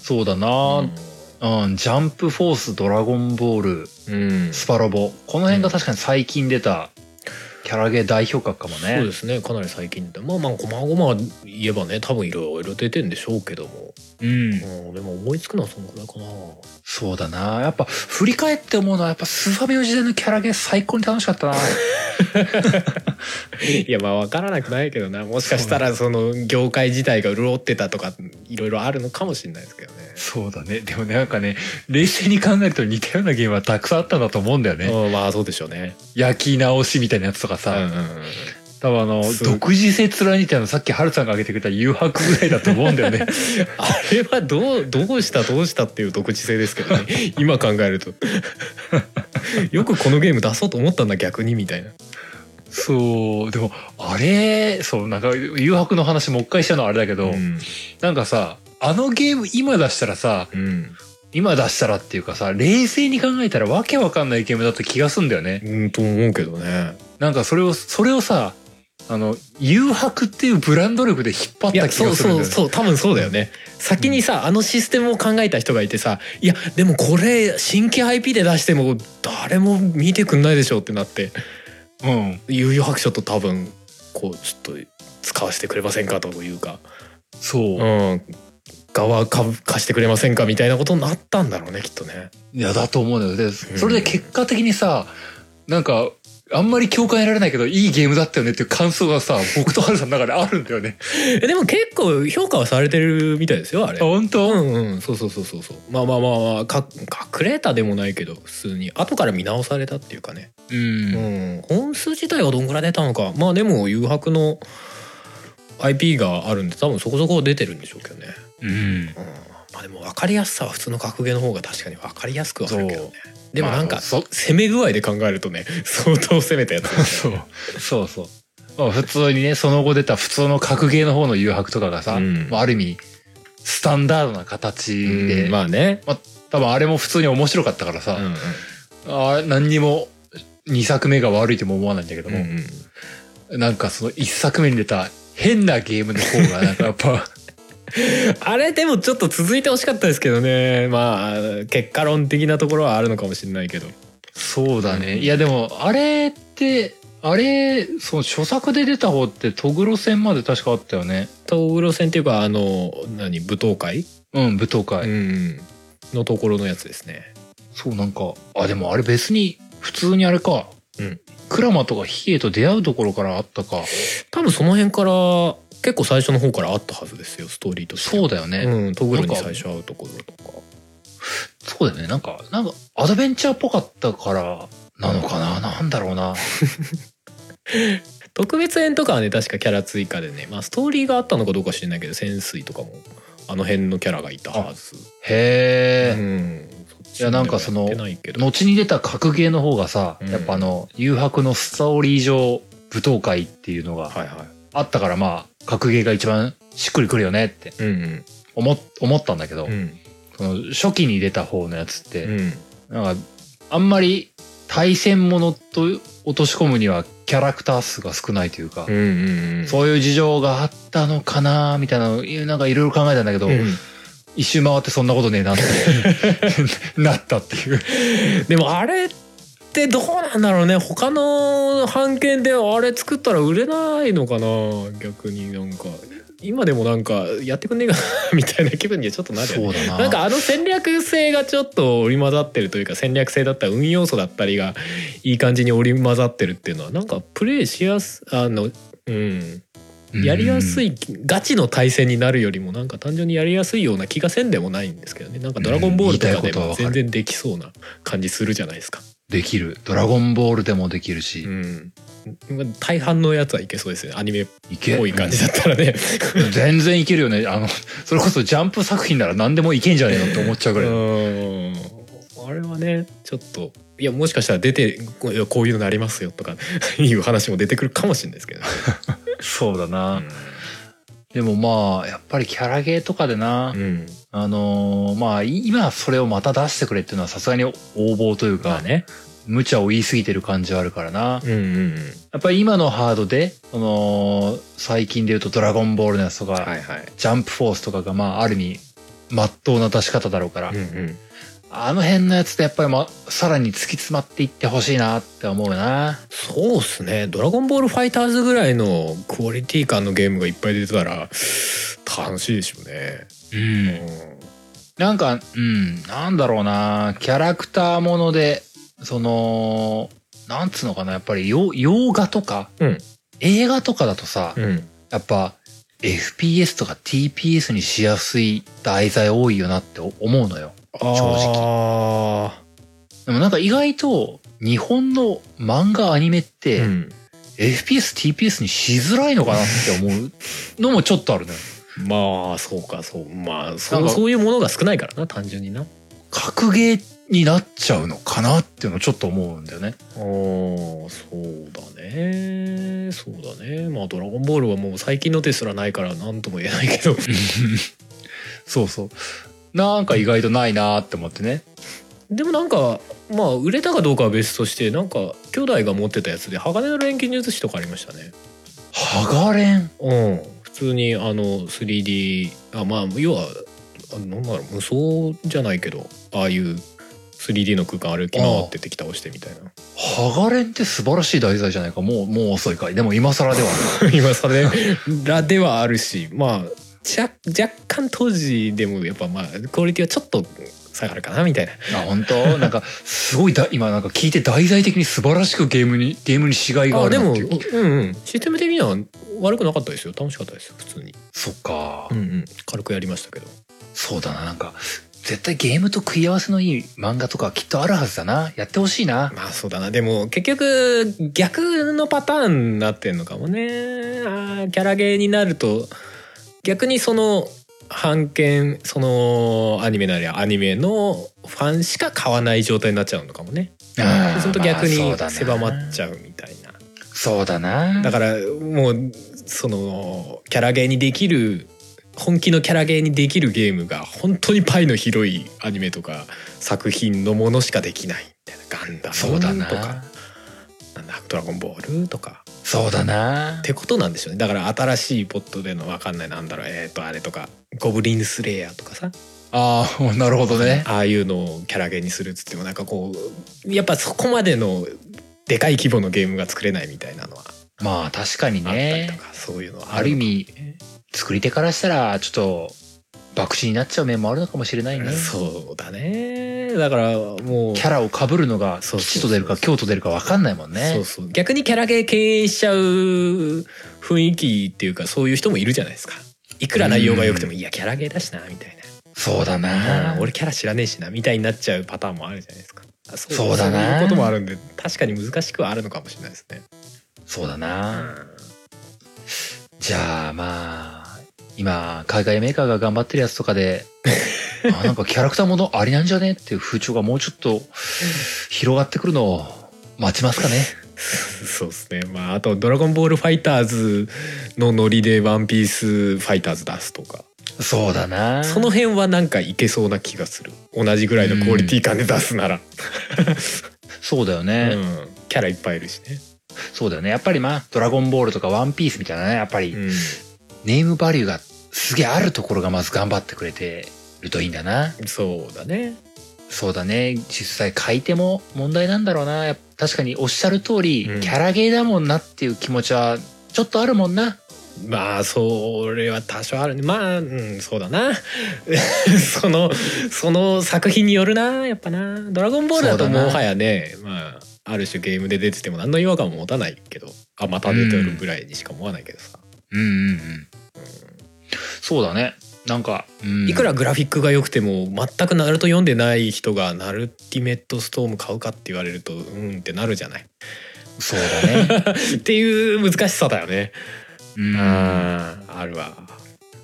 Speaker 1: そうだなうん、ジャンプフォースドラゴンボール
Speaker 2: うん
Speaker 1: スパロボこの辺が確かに最近出たキャラゲー代表格かもね、
Speaker 2: そうですねかなり最近だまあまあごまごま言えばね多分いろいろ出てんでしょうけども、
Speaker 1: うん
Speaker 2: うん、でも思いつくのはそのくらいかな
Speaker 1: そうだなやっぱ振り返って思うのはやっぱスーファミの時代のキャラゲー最高に楽しかった な
Speaker 2: いやまあ分からなくないけどなもしかしたらその業界自体が潤ってたとかいろいろあるのかもしれないですけどね
Speaker 1: そうだねでもねなんかね冷静に考えると似たようなゲームはたくさんあったんだと思うんだよね、
Speaker 2: うんまあそうでしょうね
Speaker 1: 焼き直しみたいなやつとか
Speaker 2: うん
Speaker 1: さ、
Speaker 2: うんうん
Speaker 1: 多分あの
Speaker 2: す
Speaker 1: 独自性貫いてるのさっきハルさんが挙げてくれた誘白ぐらいだと思うんだ よね
Speaker 2: あれはどうどうしたどうしたっていう独自性ですけどね 今考えるとよくこのゲーム出そうと思ったんだ逆にみたいな
Speaker 1: そうでもあれそうなんか誘白の話もう一回したのはあれだけど、
Speaker 2: ん
Speaker 1: なんかさあのゲーム今出したらさ
Speaker 2: うん
Speaker 1: 今出したらっていうかさ冷静に考えたらわけわかんないゲームだった気がすんだよね
Speaker 2: うんと思うけどね
Speaker 1: なんかそれをそれをさあの誘白っていうブランド力で引っ張っ
Speaker 2: い
Speaker 1: た
Speaker 2: や
Speaker 1: 気
Speaker 2: そ
Speaker 1: が
Speaker 2: う
Speaker 1: するんだ
Speaker 2: そ
Speaker 1: よね
Speaker 2: うそう多分そうだよね先にさあのシステムを考えた人がいてさいやでもこれ新規 IP で出しても誰も見てくんないでしょうってなって
Speaker 1: うん
Speaker 2: 悠々白書と多分こうちょっと使わせてくれませんかというか
Speaker 1: そう、
Speaker 2: うん、側か貸してくれませんかみたいなことになったんだろうねきっとね。
Speaker 1: いやだと思うんだよでそれで結果的にさなんかあんまり共感得られないけどいいゲームだったよねっていう感想がさ僕とハルさんの中であるんだ よね
Speaker 2: えでも結構評価はされてるみたいですよあれ。
Speaker 1: 本当
Speaker 2: うんうんそうそうそうそうそうまあまあまあ、まあ、か隠れたでもないけど普通に後から見直されたっていうかね、
Speaker 1: う
Speaker 2: うんん、本数自体はどんぐらい出たのかまあでも誘白の IP があるんで多分そこそこ出てるんでしょうけどね、
Speaker 1: うん
Speaker 2: うん、まあでも分かりやすさは普通の格ゲーの方が確かに分かりやすくはあるけどねでもなん
Speaker 1: ま
Speaker 2: か
Speaker 1: あそ
Speaker 2: 攻め具合で考えるとね相当攻めたやつ
Speaker 1: そうそうそうまあ普通にねその後出た普通の格ゲーの方の誘白とかがさ、
Speaker 2: うん
Speaker 1: まあある意味スタンダードな形で、
Speaker 2: まあね、
Speaker 1: 多分あれも普通に面白かったから
Speaker 2: う
Speaker 1: さ、
Speaker 2: ん
Speaker 1: あー何にも2作目が悪いとも思わないんだけど
Speaker 2: うん
Speaker 1: も、なんかその1作目に出た変なゲームの方がなんかやっぱ
Speaker 2: あれでもちょっと続いてほしかったですけどねまあ結果論的なところはあるのかもしれないけど
Speaker 1: そうだね、
Speaker 2: うん
Speaker 1: いやでもあれってあれその初作で出た方ってトグロ戦まで確かあったよね
Speaker 2: 東黒戦っていうかあの何舞踏会、
Speaker 1: うん舞踏会、
Speaker 2: うんのところのやつですね
Speaker 1: そうなんかあでもあれ別に普通にあれか、
Speaker 2: うん、
Speaker 1: クラマとかヒエと出会うところからあったか
Speaker 2: 多分その辺から結構最初の方からあったはずですよストーリーとして
Speaker 1: そうだよね、
Speaker 2: うん、トグロに最初会うところとか
Speaker 1: そうだよねなんかなんかアドベンチャーっぽかったからなのかな、なんだろうな
Speaker 2: 特別編とかはね確かキャラ追加でね、まあ、ストーリーがあったのかどうか知らないけど潜水とかもあの辺のキャラがいたはず
Speaker 1: へえ、
Speaker 2: うん
Speaker 1: いやなんかその
Speaker 2: やってないけど
Speaker 1: 後に出た格ゲーの方がさ、
Speaker 2: うん
Speaker 1: やっぱあの誘白のストーリー上舞踏会っていうのが
Speaker 2: はいは
Speaker 1: あったからまあ格ゲーが一番しっくりくるよねって
Speaker 2: い。うん
Speaker 1: 思っ思ったんだけど、
Speaker 2: うん。うん
Speaker 1: その初期に出た方のやつって、
Speaker 2: うん。
Speaker 1: なんかあんまり対戦ものと落とし込むにはキャラクター数が少ないというか、
Speaker 2: うんうんうん。
Speaker 1: そういう事情があったのかなみたいなのなんかいろいろ考えたんだけど、
Speaker 2: うん
Speaker 1: 一周回ってそんなことねえなって なったっていう。
Speaker 2: でもあれってどうなんだろうね。他の版権であれ作ったら売れないのかな。逆になんか今でもなんかやってくんねえかなみたいな気分にはちょっとなるよね。
Speaker 1: うだな
Speaker 2: なんかあの戦略性がちょっと織り交ざってるというか戦略性だったり運要素だったりがいい感じに織り交ざってるっていうのはなんかプレイしやすあのうんやりやす
Speaker 1: い
Speaker 2: いガチの対戦になるよりもなんか単純にやりやすいような気がせんでもないんですけどねなんか「ドラゴンボール」とか
Speaker 1: うん言いたいこ
Speaker 2: で
Speaker 1: とは
Speaker 2: も
Speaker 1: わかる
Speaker 2: 全然できそうな感じするじゃないですか。
Speaker 1: できるドラゴンボールでもできるし、
Speaker 2: うん大半のやつはいけそうですねアニメっ
Speaker 1: いけ
Speaker 2: ぽい感じだったらね、
Speaker 1: うん全然いけるよねあのそれこそジャンプ作品なら何でもいけんじゃねえのって思っちゃうぐらい、
Speaker 2: うんあれはねちょっといやもしかしたら出てこういやこういうのなりますよとか いう話も出てくるかもしれないですけどね、
Speaker 1: そうだな、
Speaker 2: う
Speaker 1: でもまあやっぱりキャラゲーとかでな、
Speaker 2: んうん
Speaker 1: あのーまあい今それをまた出してくれっていうのはさすがに横暴というか、
Speaker 2: まあね
Speaker 1: 無茶を言い過ぎてる感じはあるからな、
Speaker 2: うんうんうん
Speaker 1: やっぱり今のハードでその最近で言うと「ドラゴンボール」のやつとか、
Speaker 2: はいはい、
Speaker 1: ジャンプフォース」とかがまあある意味真っ当な出し方だろうから、
Speaker 2: うんうん、
Speaker 1: あの辺のやつでやっぱり、ま、さらに突き詰まっていってほしいなって思うな
Speaker 2: そうっすね「ドラゴンボールファイターズ」ぐらいのクオリティ感のゲームがいっぱい出てたら楽しいでしょうね、
Speaker 1: うんなんか、うん、なんだろうな、キャラクターもので、その、なんつうのかな、やっぱり洋洋画とか、
Speaker 2: うん
Speaker 1: 映画とかだとさ、
Speaker 2: うんうん、
Speaker 1: やっぱ、FPS とか TPS にしやすい題材多いよなって思うのよ。
Speaker 2: 直
Speaker 1: でもなんか意外と、日本の漫画アニメって、
Speaker 2: うん
Speaker 1: FPS、TPS にしづらいのかなって思うのもちょっとあるね。
Speaker 2: まあそうかそうまあ
Speaker 1: な
Speaker 2: そ
Speaker 1: ん
Speaker 2: う
Speaker 1: か
Speaker 2: そういうものが少ないからな単純にな
Speaker 1: 格ゲーになっちゃうのかなっていうのをちょっと思うんだよね。
Speaker 2: あーそうだねそうだねまあ「ドラゴンボール」はもう最近の手すらないから何とも言えないけど
Speaker 1: そうそう。なんか意外とないなーって思ってね。
Speaker 2: でもなんかまあ売れたかどうかは別としてなんか兄弟が持ってたやつで鋼の錬金術師とかありましたね
Speaker 1: ハガレン。
Speaker 2: うん普通にあの 3D あまあ要はあなんだろう無双じゃないけどああいう 3D の空間歩き回って敵倒してみたいな
Speaker 1: ハガレンって素晴らしい題材じゃないか。もう、もう遅いかい。でも今更では ない。
Speaker 2: 今それらではあるしまあちゃ若干当時でもやっぱまあクオリティはちょっと下がるかなみたいな
Speaker 1: あ、本当なんか、すごいだ、今なんか聞いて題材的に素晴らしくゲームに、ゲームにしがいがあ
Speaker 2: あ
Speaker 1: る
Speaker 2: で
Speaker 1: な
Speaker 2: も
Speaker 1: っ
Speaker 2: う
Speaker 1: ていう。
Speaker 2: んうんシステム的には悪くなかったですよ楽しかったですよ普通に
Speaker 1: そっか、
Speaker 2: うんうん軽くやりましたけど
Speaker 1: そうだな。なんか、絶対ゲームと食い合わせのいい漫画とかきっとあるはずだな。やってほしいな。
Speaker 2: まあそうだなでも結局逆のパターンになってんのかもねあーキャラゲーになると逆にその版権そのアニメなりアニメのファンしか買わない状態になっちゃうのかもね
Speaker 1: あー
Speaker 2: そうすると
Speaker 1: ま
Speaker 2: 逆
Speaker 1: あそ
Speaker 2: に
Speaker 1: うだな
Speaker 2: 狭まっちゃうみたいな。
Speaker 1: そうだな。
Speaker 2: だからもうそのキャラゲーにできる本気のキャラゲーにできるゲームが本当にパイの広いアニメとか作品のものしかできないみたいなガンダ
Speaker 1: そうだ
Speaker 2: ムとか
Speaker 1: な。
Speaker 2: なんだドラゴンボールとか
Speaker 1: そうだな
Speaker 2: っ。てことなんでしょうねだから新しいポットでのわかんないなんだろうえっ、とあれとかゴブリンスレイヤーとかさ
Speaker 1: ああ、 なるほどね。
Speaker 2: ああいうのをキャラゲーにするっつってもなんかこうやっぱそこまでのでかい規模のゲームが作れないみたいなのは
Speaker 1: まあ確かに
Speaker 2: あったり
Speaker 1: ね
Speaker 2: と。か、そういうのは
Speaker 1: ある意
Speaker 2: のか
Speaker 1: 味作り手からしたらちょっと爆死になっちゃう面もあるのかもしれないね
Speaker 2: ね、そうだねだからもう
Speaker 1: キャラを被るのが
Speaker 2: そうそうそ
Speaker 1: 吉と
Speaker 2: う
Speaker 1: 出るか京と出るか分かんないもんね
Speaker 2: そうそう逆にキャラゲー経営しちゃう雰囲気っていうかそういう人もいるじゃないですかいくら内容が良くても、
Speaker 1: う
Speaker 2: いやキャラゲーだしなみたいな
Speaker 1: そうだな、
Speaker 2: うん俺キャラ知らねえしなみたいになっちゃうパターンもあるじゃないですかあそ
Speaker 1: そうだな
Speaker 2: そういうこともあるんで確かに難しくはあるのかもしれないですね、
Speaker 1: そうだ
Speaker 2: う
Speaker 1: な、
Speaker 2: ん
Speaker 1: じゃあまあ今海外メーカーが頑張ってるやつとか であなんかキャラクターものありなんじゃねっていう風潮がもうちょっと広がってくるのを待ちますかね
Speaker 2: そうですねまああと「ドラゴンボールファイターズ」のノリで「ワンピースファイターズ」出すとか
Speaker 1: そうだな
Speaker 2: その辺はなんかいけそうな気がする同じぐらいのクオリティ感で出すなら、
Speaker 1: そうだよ
Speaker 2: う
Speaker 1: ね、
Speaker 2: ん、キャラいっぱいいるしね、
Speaker 1: そうだよねやっぱりまあ「ドラゴンボール」とか「ワンピースみたいなねやっぱり
Speaker 2: うん、
Speaker 1: ネームバリューがすげえあるところがまず頑張ってくれてるといいんだな。
Speaker 2: そうだね
Speaker 1: そうだね。実際書いても問題なんだろうな。やっぱ確かにおっしゃる通り、
Speaker 2: うん
Speaker 1: キャラゲーだもんなっていう気持ちはちょっとあるもんな。
Speaker 2: まあそれは多少あるねまあうんそうだな そのその作品によるなやっぱな「ドラゴンボール」だと
Speaker 1: そうだな
Speaker 2: もはやねまあある種ゲームで出てても何の違和感も持たないけどあまた出てるぐらいにしか思わないけどさ、
Speaker 1: うんうんうん。そうだね。なんか、うん
Speaker 2: いくらグラフィックが良くても全くナルト読んでない人が「ナルティメットストーム買うか?」って言われるとうんってなるじゃない。
Speaker 1: そうだ ね。
Speaker 2: っていう難しさだよね。
Speaker 1: うん。
Speaker 2: あーあるわ。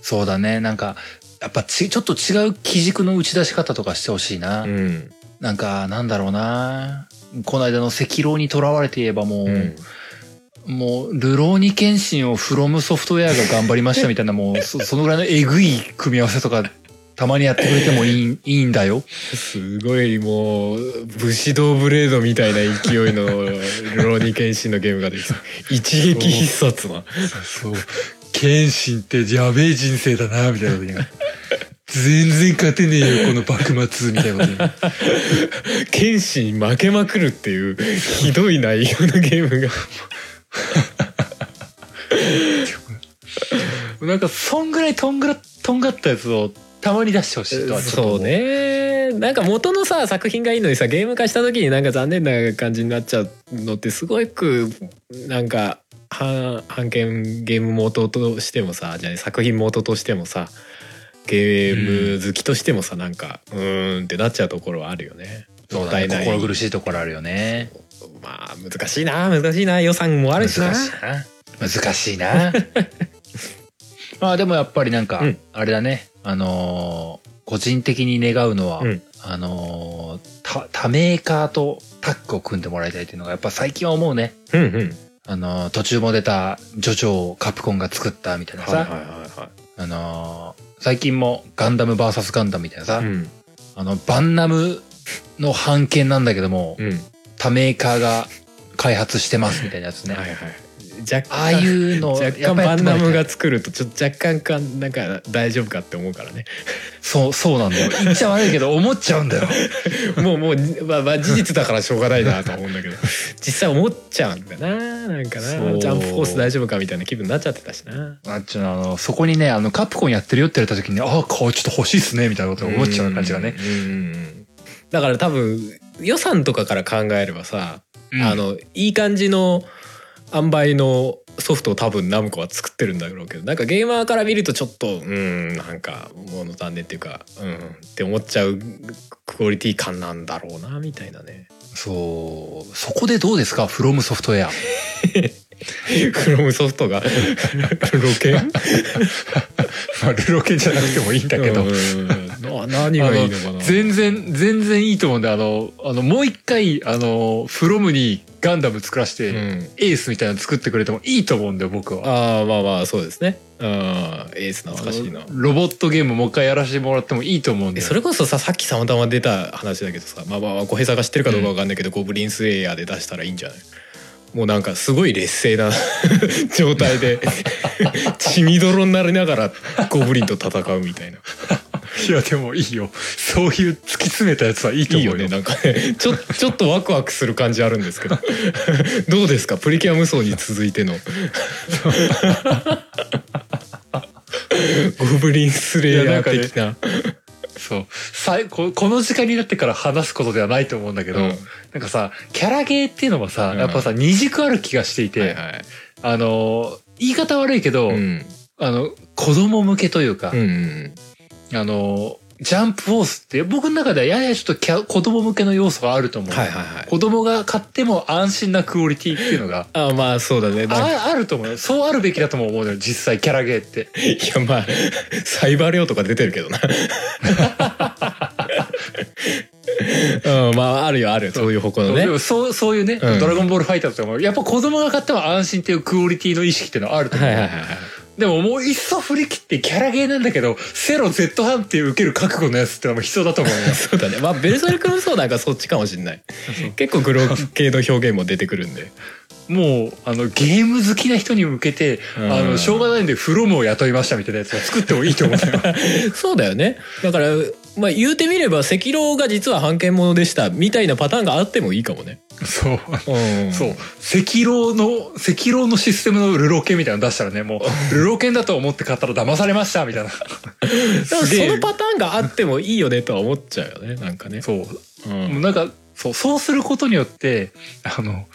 Speaker 1: そうだね。なんか、やっぱち、ちょっと違う基軸の打ち出し方とかしてほしいな。
Speaker 2: うん。
Speaker 1: なんか、なんだろうな。この間の赤狼にとらわれて言えばもう、
Speaker 2: うん
Speaker 1: もう、ルローニケンシンをフロムソフトウェアが頑張りましたみたいな、も う、そそのぐらいのえぐい組み合わせとか、たまにやってくれてもい い、いいんだよ。
Speaker 2: すごいもう武士道ブレードみたいな勢いのルローニケンシンのゲームができた一撃必殺な
Speaker 1: そう。剣心ってやべえ人生だな、みたいなこと言いながら全然勝てねえよ、この幕末、みたいなこと言いながら
Speaker 2: 剣心負けまくるっていうひどい内容のゲームが
Speaker 1: なんか、そんぐらいとんぐら、とんがったやつをたまに出してほしいとはちょっと
Speaker 2: そう。ねなんか元のさ作品がいいのにさゲーム化した時になんか残念な感じになっちゃうのってすごくなんか半半券ゲーム元としてもさじゃあね作品元としてもさゲーム好きとしてもさ、なんかうーんってなっちゃうところはあるよね。
Speaker 1: そう
Speaker 2: もっ
Speaker 1: だ
Speaker 2: た
Speaker 1: ね
Speaker 2: いない
Speaker 1: 心苦しいところあるよね。
Speaker 2: まあ難しいな難しいな予算もあるしな
Speaker 1: 難しいな難しいな まあでもやっぱりなんか、
Speaker 2: うん
Speaker 1: あれだねあのー個人的に願うのは、
Speaker 2: うん
Speaker 1: あのーた他メーカーとタッグを組んでもらいたいっていうのがやっぱ最近は思うね
Speaker 2: うんうん
Speaker 1: あのー途中も出たジョジョをカプコンが作ったみたいなさ、
Speaker 2: いは
Speaker 1: あのー最近もガンダム VS ガンダムみたいなさ、
Speaker 2: うん
Speaker 1: あのバンナムの版権なんだけども、
Speaker 2: うん
Speaker 1: 他メーカーが開発してますみたいなやつね、
Speaker 2: はいはい若干
Speaker 1: ああいうの
Speaker 2: 若
Speaker 1: や
Speaker 2: 干
Speaker 1: っぱや
Speaker 2: バ
Speaker 1: って
Speaker 2: ン
Speaker 1: も
Speaker 2: ナ
Speaker 1: らいたい
Speaker 2: ムが作るとちょっと若干かなんか大丈夫かって思うか らね
Speaker 1: そう、そうなんだよ。言っちゃ悪いけ ど、思っちゃうんだよ。
Speaker 2: もうもう、まあ、まあ事実だからしょうがないなと思うんだけど 実際思っちゃうんだななんか
Speaker 1: そ
Speaker 2: な
Speaker 1: う
Speaker 2: ジャンプフォース大丈夫かみたいな気分になっちゃってたしな
Speaker 1: あっちゅうの、あの、そこにね、あの、カプコンやってるよって言われた時に、ああ、こうちょっと欲しいっすね、みたいなことを思っちゃう感じがね。
Speaker 2: うんうんうんだから多分予算とかから考えればさあ
Speaker 1: うん、
Speaker 2: のいい感じの塩梅のソフトを多分ナムコは作ってるんだろうけどなんかゲーマーから見るとちょっとうんなんか物足んねっていうかうんって思っちゃうクオリティ感なんだろうなみたいなね。
Speaker 1: そう、そこでどうですか、フロムソフトウ ェア。
Speaker 2: クロムソフトがロケン
Speaker 1: まあ、ルロケじゃなくてもいいんだけど。
Speaker 2: うんうんうんな何がいいのかな。
Speaker 1: 全然、全然いいと思うんで、あの、あの、もう一回、あの、フロムにガンダム作らせて、
Speaker 2: うん
Speaker 1: エースみたいなの作ってくれてもいいと思うんだよ、僕は。
Speaker 2: ああまあまあそうですね。うんエース懐かしいな
Speaker 1: あ。のロボットゲームもう一回やらせてもらってもいいと思うん
Speaker 2: え
Speaker 1: だよ。
Speaker 2: それこそささっきさまたま出た話だけどさまあまあまあ小平さんが知ってるかどうかわかんないけど、ゴブリンスレイヤーで出したらいいんじゃないもうなんかすごい劣勢な 状態 で血みどろになりながらゴブリンと戦うみたいない
Speaker 1: や、でもいいよ。そういう突き詰めたやつはいいと
Speaker 2: いい
Speaker 1: 思う
Speaker 2: よねなんかねちょちょっとワクワクする感じあるんですけど どうですかプリキュア無双に続いて のゴブリンスレイヤー的な
Speaker 1: そうさこ。この時間になってから話すことではないと思うんだけど、
Speaker 2: うん
Speaker 1: なんかさ、キャラゲーっていうのはさ、
Speaker 2: うん
Speaker 1: やっぱさ、二軸ある気がしていて、
Speaker 2: はいはい
Speaker 1: あの、言い方悪いけど、
Speaker 2: うん
Speaker 1: あの、子供向けというか、
Speaker 2: うんうん
Speaker 1: あの、ジャンプフォースって僕の中ではややちょっとキャ子供向けの要素があると思う。
Speaker 2: はいはいはい、
Speaker 1: 子供が買っても安心なクオリティっていうのが
Speaker 2: あまあそうだねなんか
Speaker 1: ああると思うよ。そうあるべきだとも思うのよ、実際キャラゲーって。
Speaker 2: いやまあサイバー量とか出てるけどな。うん、まああるよあるよそういう方向のね
Speaker 1: で。もそうそういうね、
Speaker 2: うん
Speaker 1: ドラゴンボールファイターズとかも、やっぱ子供が買っても安心っていうクオリティの意識っていうのはあると思う。
Speaker 2: はいはいはい
Speaker 1: でももういっそ振り切ってキャラゲーなんだけど、セロ Z 判定受ける覚悟のやつってのも必要だと思うよ。
Speaker 2: そうだねまあベルセルク無双なんかそっちかもしんない結構グロッ系の表現も出てくるんで
Speaker 1: もう、あの、ゲーム好きな人に向けて、
Speaker 2: うん
Speaker 1: あの、しょうがないんでフロムを雇いましたみたいなやつを作ってもいいと思うよ。
Speaker 2: そうだよねだからまあ言うてみれば赤狼が実は判件者でしたみたいなパターンがあってもいいかもね
Speaker 1: そう。
Speaker 2: うん
Speaker 1: そう。赤老の、赤老のシステムのルロケンみたいなの出したらね、もう、ルロケンだと思って買ったら騙されましたみたいな。
Speaker 2: でも
Speaker 1: す
Speaker 2: そ
Speaker 1: げえ
Speaker 2: のパターンがあってもいいよねとは思っちゃうよねなんかね
Speaker 1: そう。
Speaker 2: う
Speaker 1: もうんなんか、そう、そうすることによって、あの、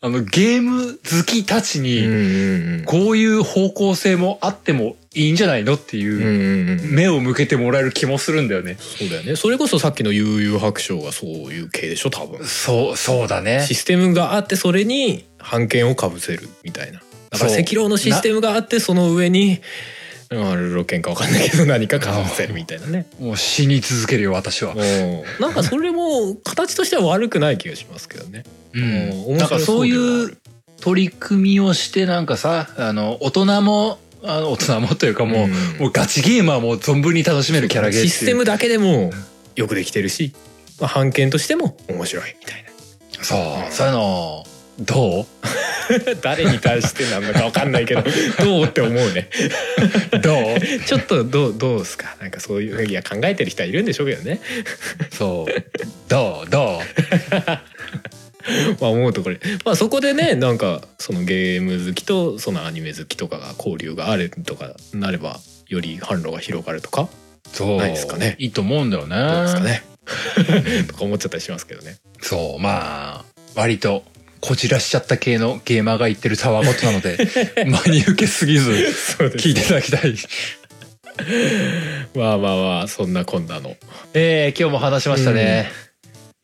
Speaker 1: あの、ゲーム好きたち
Speaker 2: うん
Speaker 1: に、
Speaker 2: うん
Speaker 1: こういう方向性もあってもいいんじゃないのって
Speaker 2: うん
Speaker 1: いう、
Speaker 2: うんうん
Speaker 1: 目を向けてもらえる気もするんだよね。
Speaker 2: そうだよねそれこそさっきの悠々白書がそういう系でしょ多分
Speaker 1: そう、そうだね
Speaker 2: システムがあってそれに版権をかぶせるみたいなだから
Speaker 1: そう
Speaker 2: 赤狼のシステムがあってその上にまあルロケンかわかんないけど何かかぶせるみたいなね
Speaker 1: もう死に続けるよ、私は。
Speaker 2: うんなんかそれも形としては悪くない気がしますけどねうん
Speaker 1: なんかそういう取り組みをしてなんかさあの大人もあの大人もというかもう,、
Speaker 2: うん
Speaker 1: もうガチゲーマーも存分に楽しめるキャラゲーってい
Speaker 2: シ
Speaker 1: う
Speaker 2: ステムだけでもよくできてるし、まあ、版権としても面白いみたい な
Speaker 1: そうそういうの ど
Speaker 2: 誰に対してなんだかわかんないけ どどうって思うね
Speaker 1: うどう
Speaker 2: ちょっとどうどうですかなんかそういういや考えてる人はいるんでしょうけどね
Speaker 1: そうどうど
Speaker 2: まあ思うとこれ、まあ、そこでねなんかそのゲーム好きとそのアニメ好きとかが交流があるとかなればより販路が広がるとか
Speaker 1: うそう
Speaker 2: ないですかね
Speaker 1: いいと思うんだよね
Speaker 2: どうですかね とか思っちゃったりしますけ どね。
Speaker 1: そうまあ割とこじらしちゃった系のゲーマーが言ってるたわごとなの で真に受けすぎず
Speaker 2: そうで
Speaker 1: 聞いていただき たい
Speaker 2: まあまあまあそんなこんなの。
Speaker 1: えー今日も話しましたね、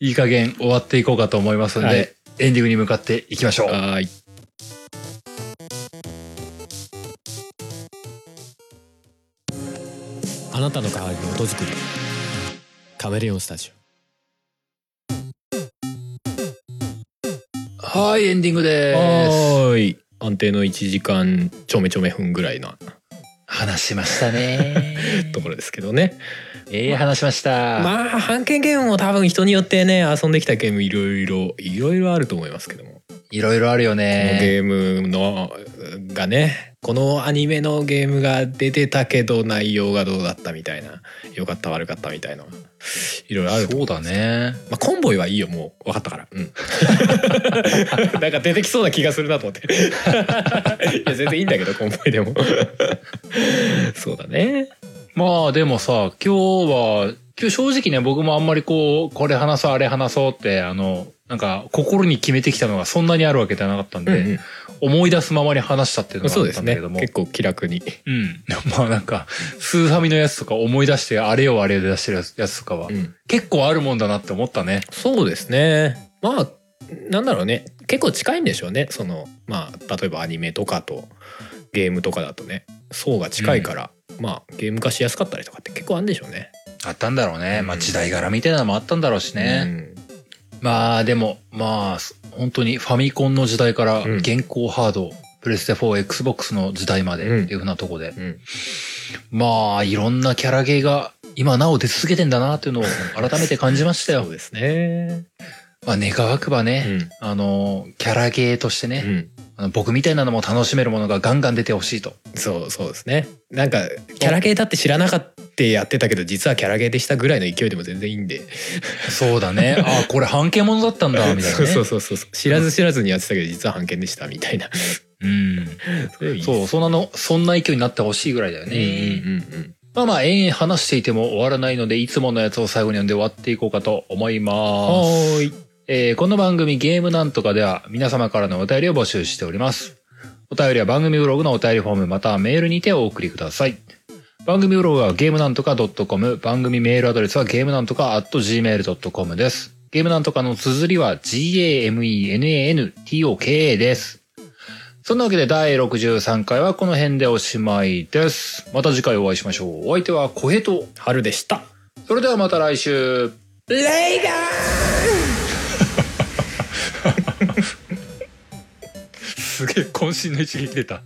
Speaker 1: いい加減終わっていこうかと思いますので、
Speaker 2: はい
Speaker 1: エンディングに向かっていきましょう
Speaker 2: はーい
Speaker 3: あなたの代わりに音作りカメレオンスタジオ
Speaker 1: はいエンディングです
Speaker 2: はーい安定の1時間ちょめちょめ分ぐらいな
Speaker 1: 話しましたね
Speaker 2: ところですけどね
Speaker 1: ええ話しました、
Speaker 2: まあ版権ゲームも多分人によってね遊んできたゲームいろいろいろいろあると思いますけども、
Speaker 1: いろいろあるよね
Speaker 2: このゲームのがねこのアニメのゲームが出てたけど内容がどうだったみたいな良かった悪かったみたいないろいろあると
Speaker 1: そうだね
Speaker 2: まあ、コンボイはいいよもう分かったからうん なんか出てきそうな気がするなと思って いや全然いいんだけどコンボイで もそうだね
Speaker 1: まあでもさ今日は今日正直ね僕もあんまりこうこれ話そうあれ話そうってあのなんか心に決めてきたのがそんなにあるわけではなかったんで、
Speaker 2: うん
Speaker 1: 思い出すままに話したっていう
Speaker 2: うん、
Speaker 1: のが
Speaker 2: そ
Speaker 1: あ
Speaker 2: う
Speaker 1: っ
Speaker 2: で
Speaker 1: た
Speaker 2: す
Speaker 1: んだ
Speaker 2: ね
Speaker 1: けども
Speaker 2: 結構気楽に
Speaker 1: うん。 まあなんか、スーファミのやつとか思い出して、あれよあれよで出してるやつやつとかは、
Speaker 2: うん
Speaker 1: 結構あるもんだなって思ったね。
Speaker 2: そうですねまあなんだろうね結構近いんでしょうねそのまあ例えばアニメとかとゲームとかだとね層が近いから、まあゲーム化しやすかったりとかって結構あるんでしょうね。
Speaker 1: あったんだろうね。
Speaker 2: うん
Speaker 1: まあ時代柄みたいなのもあったんだろうしね。まあでも、まあ、本当にファミコンの時代から
Speaker 2: うん
Speaker 1: 現行ハード、プレステ4、Xbox の時代ま
Speaker 2: う
Speaker 1: で
Speaker 2: ん
Speaker 1: っていうふうなとこで、
Speaker 2: うん、うん、
Speaker 1: まあいろんなキャラゲーが今なお出続けてんだなっていうのを 改めて感じました
Speaker 2: そ
Speaker 1: よ
Speaker 2: う。ですね。
Speaker 1: まあ願わくば
Speaker 2: う
Speaker 1: ね、
Speaker 2: ん、
Speaker 1: あの、キャラゲーとして
Speaker 2: う
Speaker 1: ね、
Speaker 2: ん、
Speaker 1: あの僕みたいなのも楽しめるものがガンガン出てほしいと。
Speaker 2: そうそうですねなんかキャラゲーだって知らなかったやってたけど実はキャラゲーでしたぐらいの勢いでも全然いいんで、
Speaker 1: そうだね。あ、これ半径ものだったんだ、みたいな、
Speaker 2: そう
Speaker 1: ね。
Speaker 2: そうそうそう知らず知らずにやってたけど実は版権でしたみたいな
Speaker 1: うん。
Speaker 2: そういうのいいです
Speaker 1: そう、そんなの、そんな勢いになってほしいぐらいだよ
Speaker 2: うん
Speaker 1: ね。
Speaker 2: うんうんうん
Speaker 1: まあまあ、延々話していても終わらないので、いつものやつを最後に読んで終わっていこうかと思います。
Speaker 2: はーい
Speaker 1: えーこの番組ゲームなんとかでは皆様からのお便りを募集しております。お便りは番組ブログのお便りフォームまたはメールにてお送りください。番組ブログはゲームなんとか .com、番組メールアドレスはゲームなんとか .gmail.com です。ゲームなんとかの綴りは g-a-m-e-n-a-n-t-o-k-a です。そんなわけで第63回はこの辺でおしまいです。また次回お会いしましょう。お相手は小平と。
Speaker 2: 春でした
Speaker 1: それではまた来週。
Speaker 2: レイガー
Speaker 1: すげえ渾身の一撃出た。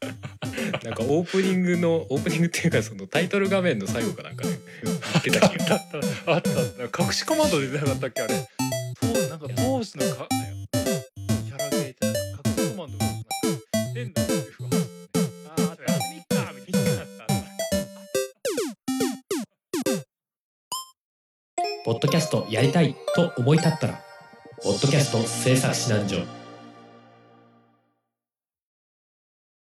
Speaker 2: なんかオープニングのオープニングっていうかそのタイトル画面の最後か なんかね言ってた 気が
Speaker 1: あったあった隠しコマンド出てなかったっけあれそうなんか当時のかキャラゲーってなんか隠しコマンドがなんか変なセリフが入ってねあーあれやってみっかみたいな
Speaker 3: ポッドキャストやりたいと思い立ったら「ポッドキャスト制作指南所」